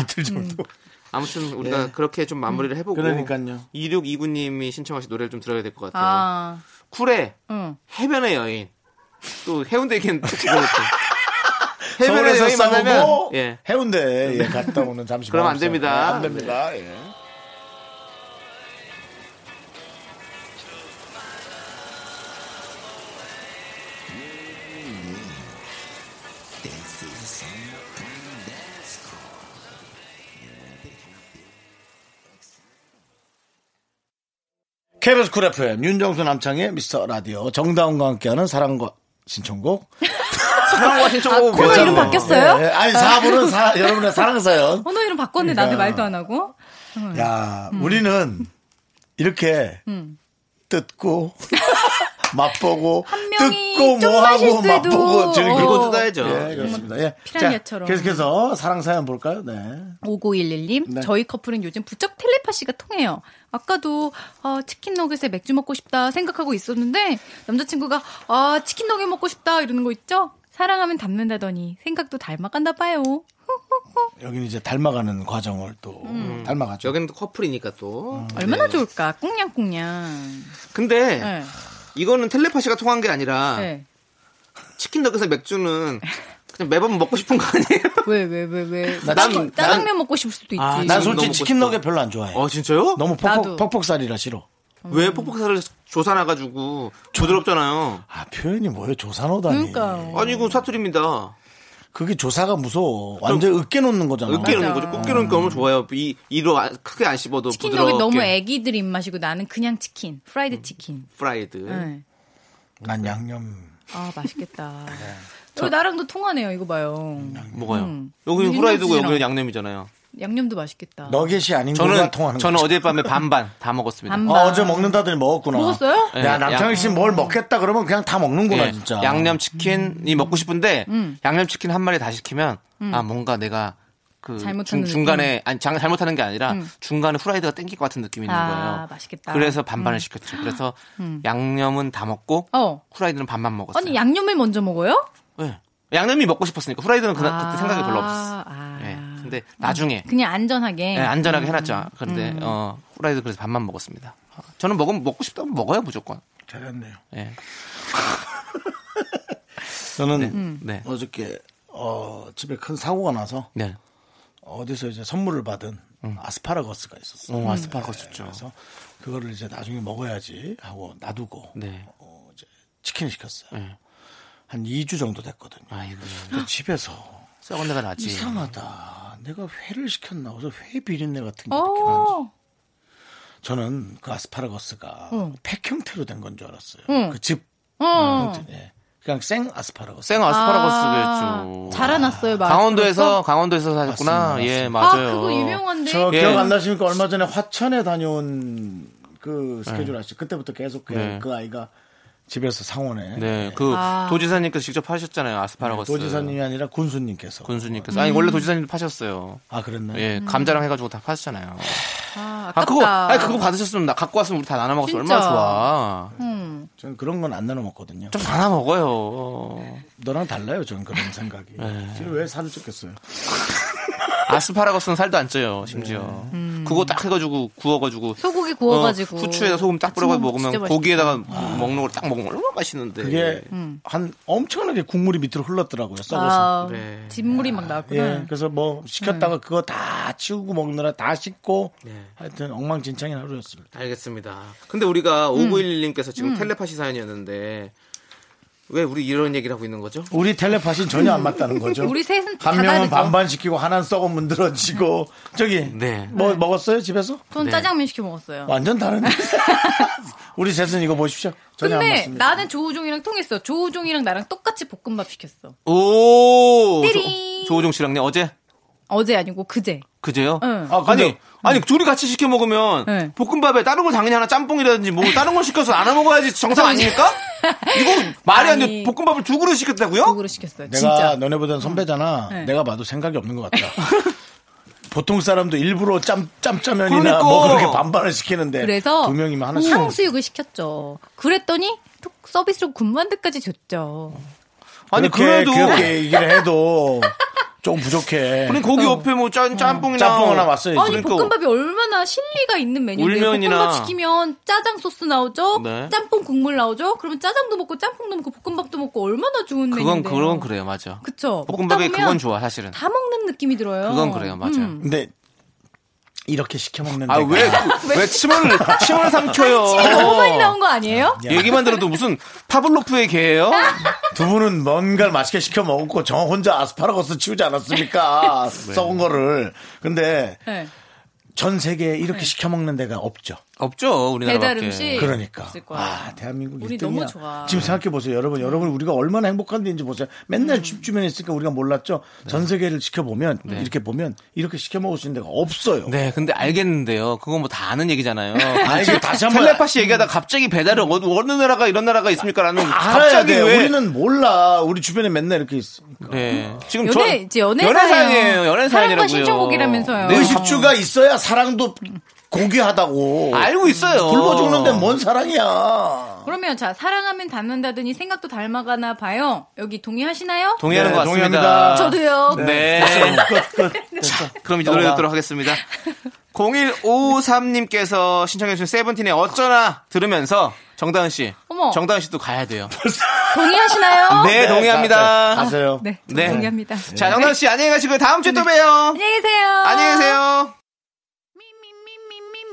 Speaker 1: 이틀 정도.
Speaker 2: 아무튼 우리가 그렇게 좀 마무리를 해보고.
Speaker 1: 네. 그러니까요.
Speaker 2: 2629님이 신청하신 노래를 좀 들어야 될 것 같아요.
Speaker 5: 아,
Speaker 2: 쿨의
Speaker 5: 응.
Speaker 2: 해변의 여인. 또 해운대 얘기는 또 그거였죠. 해변의
Speaker 1: 서울에서
Speaker 2: 여인 만나면
Speaker 1: 싸우고
Speaker 2: 예.
Speaker 1: 해운대에 예, 갔다 오는 잠시
Speaker 2: 그러면 안
Speaker 1: 마음속에.
Speaker 2: 됩니다.
Speaker 1: 안 됩니다. 예. KBS 쿨 FM 윤정수 남창의 미스터 라디오 정다운과 함께하는 사랑과 신청곡
Speaker 2: 사랑과 신청곡
Speaker 5: 코너
Speaker 2: 뭐예요?
Speaker 5: 이름 바뀌었어요?
Speaker 1: 예, 예. 아니 4부는 사, 여러분의 사랑사연
Speaker 5: 언어 이름
Speaker 2: 그러니까.
Speaker 5: 바꿨네. 나한테 말도 안 하고. 어, 예.
Speaker 1: 야,
Speaker 5: 음.
Speaker 1: 우리는 이렇게 뜯고 맛보고
Speaker 5: 한 명이
Speaker 1: 뜯고
Speaker 5: 좀만
Speaker 1: 뭐하고
Speaker 5: 실수해도 음,
Speaker 1: 맛보고 즐기고
Speaker 2: 이거 뜯어야죠.
Speaker 1: 예, 그렇습니다. 예.
Speaker 5: 피라미아처럼.
Speaker 1: 자, 계속해서 사랑 사연 볼까요? 네.
Speaker 5: 5911님,
Speaker 1: 네.
Speaker 5: 저희 커플은 요즘 부쩍 텔레파시가 통해요. 아까도 아, 치킨 너겟에 맥주 먹고 싶다 생각하고 있었는데 남자친구가 아, 치킨 너겟 먹고 싶다 이러는 거 있죠? 사랑하면 닮는다더니 생각도 닮아간다 봐요.
Speaker 1: 여기는 이제 닮아가는 과정을 또
Speaker 5: 음.
Speaker 1: 닮아가죠. 음.
Speaker 2: 여기는 또 커플이니까 또.
Speaker 5: 얼마나
Speaker 2: 네.
Speaker 5: 좋을까? 꽁냥꽁냥.
Speaker 2: 근데
Speaker 5: 네. 예.
Speaker 2: 이거는 텔레파시가 통한 게 아니라
Speaker 5: 네.
Speaker 2: 치킨 덕에서 맥주는 그냥 매번 먹고 싶은 거 아니에요?
Speaker 5: 왜, 왜, 왜, 왜.
Speaker 1: 나
Speaker 5: 짜장-
Speaker 1: 치킨-
Speaker 5: 짜장면
Speaker 1: 난-
Speaker 5: 먹고 싶을 수도 있지.
Speaker 2: 아,
Speaker 1: 난
Speaker 2: 너무
Speaker 1: 솔직히
Speaker 2: 먹고
Speaker 1: 치킨
Speaker 2: 싶어.
Speaker 1: 너겟 별로 안 좋아해.
Speaker 2: 아 진짜요?
Speaker 1: 너무
Speaker 5: 나도.
Speaker 1: 퍽퍽, 퍽퍽살이라 싫어.
Speaker 2: 왜 폭폭살을 조사나가지고
Speaker 1: 음.
Speaker 2: 부드럽잖아요.
Speaker 1: 아, 표현이 뭐예요? 조사노다니.
Speaker 5: 그러니까.
Speaker 2: 아니 이거 사투리입니다.
Speaker 1: 그게 조사가 무서워. 완전 으깨 놓는 거잖아.
Speaker 2: 으깨 놓는
Speaker 5: 맞아.
Speaker 2: 거죠. 으깨 놓는 게 얼마나 좋아요. 이 이로 아- 크게 안 씹어도
Speaker 5: 치킨
Speaker 2: 부드럽게. 음.
Speaker 5: 여기 너무 애기들 입맛이고 나는 그냥 치킨. 프라이드 치킨.
Speaker 2: 프라이드.
Speaker 5: 네.
Speaker 1: 난 양념.
Speaker 5: 아, 맛있겠다.
Speaker 2: 네.
Speaker 5: 저 나랑도 통하네요, 이거 봐요.
Speaker 2: 먹어요.
Speaker 5: 음.
Speaker 2: 여기는 후라이드고
Speaker 5: 윤정수지랑.
Speaker 2: 여기는 양념이잖아요.
Speaker 5: 양념도 맛있겠다.
Speaker 1: 너겟이 아닌 거가
Speaker 2: 저는
Speaker 1: 통하는
Speaker 2: 저는
Speaker 1: 거지.
Speaker 2: 어젯밤에 반반 다 아, 먹었습니다.
Speaker 5: 반반.
Speaker 1: 어, 제 먹는다더니 먹었구나.
Speaker 5: 먹었어요?
Speaker 1: 야,
Speaker 2: 예,
Speaker 1: 남창희 씨뭘 먹겠다 그러면 그냥 다 먹는구나,
Speaker 2: 예,
Speaker 1: 아, 진짜.
Speaker 2: 양념
Speaker 5: 음.
Speaker 2: 치킨이 먹고 싶은데 양념 치킨 한 마리 다 시키면 아 뭔가 내가 그
Speaker 5: 잘못하는
Speaker 2: 중, 간에 아니 장- 잘못하는 게 아니라 중간에 후라이드가 땡길 것 같은 느낌이 있는
Speaker 5: 음. 아,
Speaker 2: 거예요.
Speaker 5: 맛있겠다. 음.
Speaker 2: 그래서 반반을 시켰죠. 그래서 양념은 다 먹고
Speaker 5: 어.
Speaker 2: 후라이드는 반만 먹었어요.
Speaker 5: 아니, 양념을 먼저 먹어요?
Speaker 2: 예. 양념이 먹고 싶었으니까 후라이드는 그날
Speaker 5: 아,
Speaker 2: 그때 생각이 별로 없었어.
Speaker 5: 아. 네. 음,
Speaker 2: 예. 근데 나중에
Speaker 5: 그냥 안전하게.
Speaker 2: 예, 안전하게 해놨죠. 그런데 어, 후라이드 그래서 반만 먹었습니다. 어, 저는 먹으면 먹고 싶다면 먹어요 무조건.
Speaker 1: 잘했네요.
Speaker 2: 예.
Speaker 1: 저는
Speaker 2: 네.
Speaker 1: 어저께 어, 집에 큰 사고가 나서
Speaker 2: 네.
Speaker 1: 어디서 이제 선물을 받은
Speaker 2: 음.
Speaker 1: 아스파라거스가 있었어.
Speaker 5: 음.
Speaker 2: 어, 아스파라거스죠.
Speaker 1: 그래서 그거를 이제 나중에 먹어야지 하고 놔두고
Speaker 2: 네.
Speaker 1: 어, 이제 치킨을 시켰어요.
Speaker 2: 네.
Speaker 1: 한 2주 정도 됐거든요.
Speaker 2: 아이고. 뭐.
Speaker 1: 근데 집에서
Speaker 2: 썩은 내가 나지.
Speaker 1: 이상하다. 내가 회를 시켰나? 그래서 회 비린내 같은 게 이렇게 나지.
Speaker 5: 어,
Speaker 1: 저는 그 아스파라거스가 팩 형태로 된 건 줄 알았어요.
Speaker 5: 응.
Speaker 1: 그즙
Speaker 5: 어.
Speaker 2: 음,
Speaker 1: 형태. 그냥 생 아스파라거스.
Speaker 2: 생 아스파라거스겠죠.
Speaker 5: 자라났어요, 맛.
Speaker 2: 강원도에서 강원도에서 사셨구나.
Speaker 1: 맞습니다,
Speaker 2: 예,
Speaker 5: 아,
Speaker 2: 맞아요.
Speaker 5: 그거 유명한데.
Speaker 1: 저
Speaker 2: 예.
Speaker 1: 기억 안 나십니까? 얼마 전에 화천에 다녀온 그 스케줄 아시죠? 그때부터 계속 그,
Speaker 2: 네.
Speaker 1: 그 아이가 집에서 상원에
Speaker 2: 네, 그
Speaker 5: 아.
Speaker 2: 도지사님께서 직접 파셨잖아요. 아스파라거스.
Speaker 1: 네, 도지사님이 아니라 군수님께서
Speaker 5: 음.
Speaker 2: 군수님께서 아니 원래 도지사님도 파셨어요.
Speaker 1: 아 그랬나요?
Speaker 2: 예, 감자랑 해가지고 다 파셨잖아요.
Speaker 5: 아,
Speaker 2: 아
Speaker 5: 아깝다.
Speaker 2: 그거, 아니 그거 받으셨으면 나 갖고 왔으면 우리 다 나눠 먹었어. 얼마나
Speaker 5: 진짜.
Speaker 2: 좋아.
Speaker 5: 음.
Speaker 1: 저는 그런 건 안 나눠 먹거든요.
Speaker 2: 좀 나눠 먹어요.
Speaker 1: 너랑 달라요, 저는 그런 생각이. 지금 왜 살을 쪘겠어요?
Speaker 2: 아스파라거스는 살도 안 쪄요. 심지어
Speaker 1: 네.
Speaker 2: 음. 그거 딱 해가지고 구워가지고
Speaker 5: 소고기 구워가지고.
Speaker 2: 어, 후추에다 소금 딱 뿌려가지고
Speaker 5: 같이 먹으면
Speaker 2: 먹으면
Speaker 5: 진짜
Speaker 2: 고기에다가 음, 먹는 걸 딱 먹으면 얼마나 맛있는데. 예.
Speaker 1: 그게 한 엄청나게 국물이 밑으로 흘렀더라고요. 썩어서.
Speaker 5: 아,
Speaker 2: 네.
Speaker 5: 진물이 막 나왔구나.
Speaker 1: 예, 그래서 뭐 시켰다가
Speaker 5: 네.
Speaker 1: 그거 다 치우고 먹느라 다 씻고 하여튼 엉망진창인 하루였습니다.
Speaker 2: 알겠습니다. 근데 우리가
Speaker 5: 음.
Speaker 2: 5911님께서 지금 텔레파시 사연이었는데 왜 우리 이런 얘기를 하고 있는 거죠?
Speaker 1: 우리 텔레파시는 전혀 안 맞다는 거죠.
Speaker 5: 우리 셋은 다
Speaker 1: 한 명은
Speaker 5: 다르죠.
Speaker 1: 반반 시키고 하나는 썩어 문드러지고 저기
Speaker 2: 네.
Speaker 1: 뭐 먹었어요 집에서?
Speaker 5: 전 짜장면 시켜 먹었어요.
Speaker 1: 완전 다른데. 우리 셋은 이거 보십시오. 전혀 안
Speaker 5: 근데
Speaker 1: 맞습니다.
Speaker 5: 나는 조우종이랑 통했어. 조우종이랑 나랑 똑같이 볶음밥 시켰어.
Speaker 2: 오!
Speaker 5: 띠링.
Speaker 2: 조- 조우종 씨랑 요 어제?
Speaker 5: 어제 아니고 그제.
Speaker 2: 그제요?
Speaker 5: 응.
Speaker 1: 아,
Speaker 2: 아니,
Speaker 1: 근데-
Speaker 2: 아니, 둘이 같이 시켜 먹으면
Speaker 5: 네.
Speaker 2: 볶음밥에 다른 걸 당연히 하나 짬뽕이라든지 뭐 다른 걸 시켜서 나눠 먹어야지 정상 아닙니까? 이거 말이 안 돼.
Speaker 5: 아니.
Speaker 2: 볶음밥을 두 그릇 시켰다고요?
Speaker 5: 그거로 시켰어요.
Speaker 1: 내가
Speaker 5: 진짜.
Speaker 1: 너네보다는 선배잖아.
Speaker 5: 네.
Speaker 1: 내가 봐도 생각이 없는 것 같다. 보통 사람도 일부러 짬, 짬짜면이나
Speaker 2: 그러니까.
Speaker 1: 뭐 그렇게 반반을
Speaker 2: 네,
Speaker 1: 시키는데
Speaker 5: 그래서
Speaker 1: 두 명이면 하나 시키는
Speaker 5: 탕수육을 시켰죠. 그랬더니 톡 서비스로 군만두까지 줬죠.
Speaker 2: 아니,
Speaker 1: 그렇게
Speaker 2: 그래도.
Speaker 1: 그렇게 얘기를 해도 조금 부족해.
Speaker 2: 아니, 거기 옆에 뭐 짠, 짬뽕이나.
Speaker 1: 짬뽕 하나 왔어요.
Speaker 5: 아니
Speaker 1: 그러니까
Speaker 5: 볶음밥이 얼마나 실리가 있는 메뉴인데
Speaker 2: 네, 울면이나-
Speaker 5: 볶음밥 시키면 짜장 소스 나오죠.
Speaker 2: 네.
Speaker 5: 짬뽕 국물 나오죠. 그러면 짜장도 먹고 짬뽕도 먹고 볶음밥도 먹고 얼마나 좋은
Speaker 2: 그건,
Speaker 5: 메뉴인데.
Speaker 2: 그건 그래요, 맞아.
Speaker 5: 그쵸.
Speaker 2: 볶음밥에
Speaker 5: 먹다 보면 어.
Speaker 2: 그건 좋아, 사실은.
Speaker 5: 다 먹는 느낌이 들어요. 음.
Speaker 2: 그건 그래요, 맞아요.
Speaker 1: 근데 이렇게 시켜 먹는
Speaker 2: 아 왜 왜 침을 침을 삼켜요?
Speaker 5: 침이 너무 많이 나온 거 아니에요?
Speaker 2: 얘기만 들어도 무슨 파블로프의 개예요?
Speaker 1: 두 분은 뭔가를 맛있게 시켜 먹었고 저 혼자 아스파라거스 치우지 않았습니까? 썩은 거를. 근데
Speaker 5: 네.
Speaker 1: 전 세계에 이렇게 시켜 먹는 데가 없죠.
Speaker 2: 없죠 우리나라밖에.
Speaker 5: 배달 음식.
Speaker 1: 그러니까.
Speaker 5: 없을 거야.
Speaker 1: 아, 대한민국
Speaker 5: 우리
Speaker 1: 1등이야.
Speaker 5: 너무 좋아.
Speaker 1: 지금 생각해 보세요, 여러분. 여러분 우리가 얼마나 행복한 데인지 보세요. 맨날 집 주변에 있으니까 우리가 몰랐죠. 전 세계를 지켜보면 이렇게 보면 이렇게 시켜 먹을 수 있는 데가 없어요.
Speaker 2: 네, 근데 알겠는데요. 그거 뭐 다 아는 얘기잖아요.
Speaker 1: 아니, 이게 다시 한번
Speaker 2: 텔레파시 얘기하다 갑자기 배달을 어느, 어느 나라가 이런 나라가 있습니까라는
Speaker 1: 알아야
Speaker 2: 갑자기
Speaker 1: 돼.
Speaker 2: 왜?
Speaker 1: 우리는 몰라. 우리 주변에 맨날 이렇게 있으니까.
Speaker 2: 네, 지금
Speaker 5: 연애
Speaker 2: 저
Speaker 5: 이제 연애
Speaker 2: 연애 사연이에요.
Speaker 5: 사연이에요.
Speaker 2: 연애
Speaker 5: 사랑과
Speaker 2: 사연이라고요.
Speaker 5: 신청곡이라면서요.
Speaker 2: 네,
Speaker 5: 의식-
Speaker 1: 의식주가 있어야 사랑도 고귀하다고.
Speaker 2: 알고 있어요.
Speaker 1: 굶어 죽는데 뭔 사랑이야.
Speaker 5: 그러면 자 사랑하면 닮는다더니 생각도 닮아가나 봐요. 여기 동의하시나요?
Speaker 2: 동의하는
Speaker 1: 네,
Speaker 2: 것 같습니다.
Speaker 1: 동의합니다.
Speaker 5: 저도요.
Speaker 2: 네.
Speaker 1: 끝, 끝.
Speaker 2: 그럼 이제 노래 듣도록 하겠습니다. 0153님께서 신청해주신 세븐틴의 어쩌나 들으면서 정다은 씨.
Speaker 5: 어머. 어?
Speaker 2: 정다은 씨도 가야 돼요.
Speaker 5: 동의하시나요?
Speaker 2: 네, 동의합니다.
Speaker 1: 가, 세요
Speaker 5: 네,
Speaker 2: 네.
Speaker 5: 동의합니다.
Speaker 2: 자, 정다은 씨 안녕히 가시고요. 다음 주에 또 봬요.
Speaker 5: 네. 안녕히 계세요.
Speaker 2: 안녕히 계세요.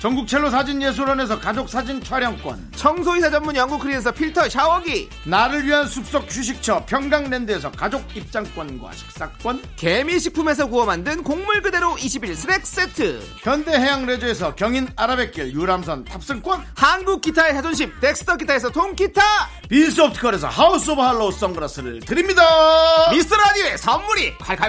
Speaker 1: 전국 첼로 사진 예술원에서 가족 사진 촬영권
Speaker 2: 청소이사 전문 영국 크린에서 필터 샤워기.
Speaker 1: 나를 위한 숲속 휴식처 평강랜드에서 가족 입장권과 식사권
Speaker 2: 개미식품에서 구워 만든 곡물 그대로 21 스낵 세트.
Speaker 1: 현대해양레저에서 경인 아라뱃길 유람선 탑승권
Speaker 2: 한국 기타의 자존심 덱스터 기타에서 통기타.
Speaker 1: 빈스옵티컬에서 하우스 오브 할로우 선글라스를 드립니다
Speaker 2: 미스터 라디오의 선물이 콸콸콸!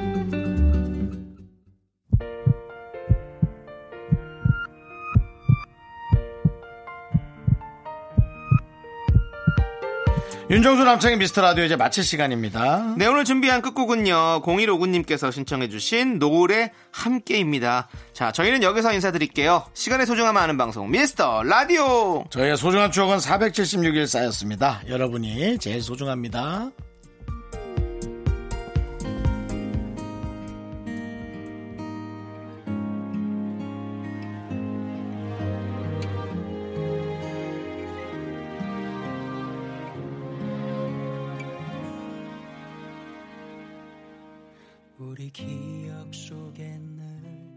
Speaker 1: 윤정수 남창의 미스터라디오 이제 마칠 시간입니다
Speaker 2: 네, 오늘 준비한 끝곡은요. 0159님께서 신청해주신 노래 함께입니다. 자, 저희는 여기서 인사드릴게요. 시간의 소중함 아는 방송, 미스터 라디오!
Speaker 1: 저희의 소중한 추억은 476일 쌓였습니다 여러분이 제일 소중합니다
Speaker 4: 우리 기억 속에 늘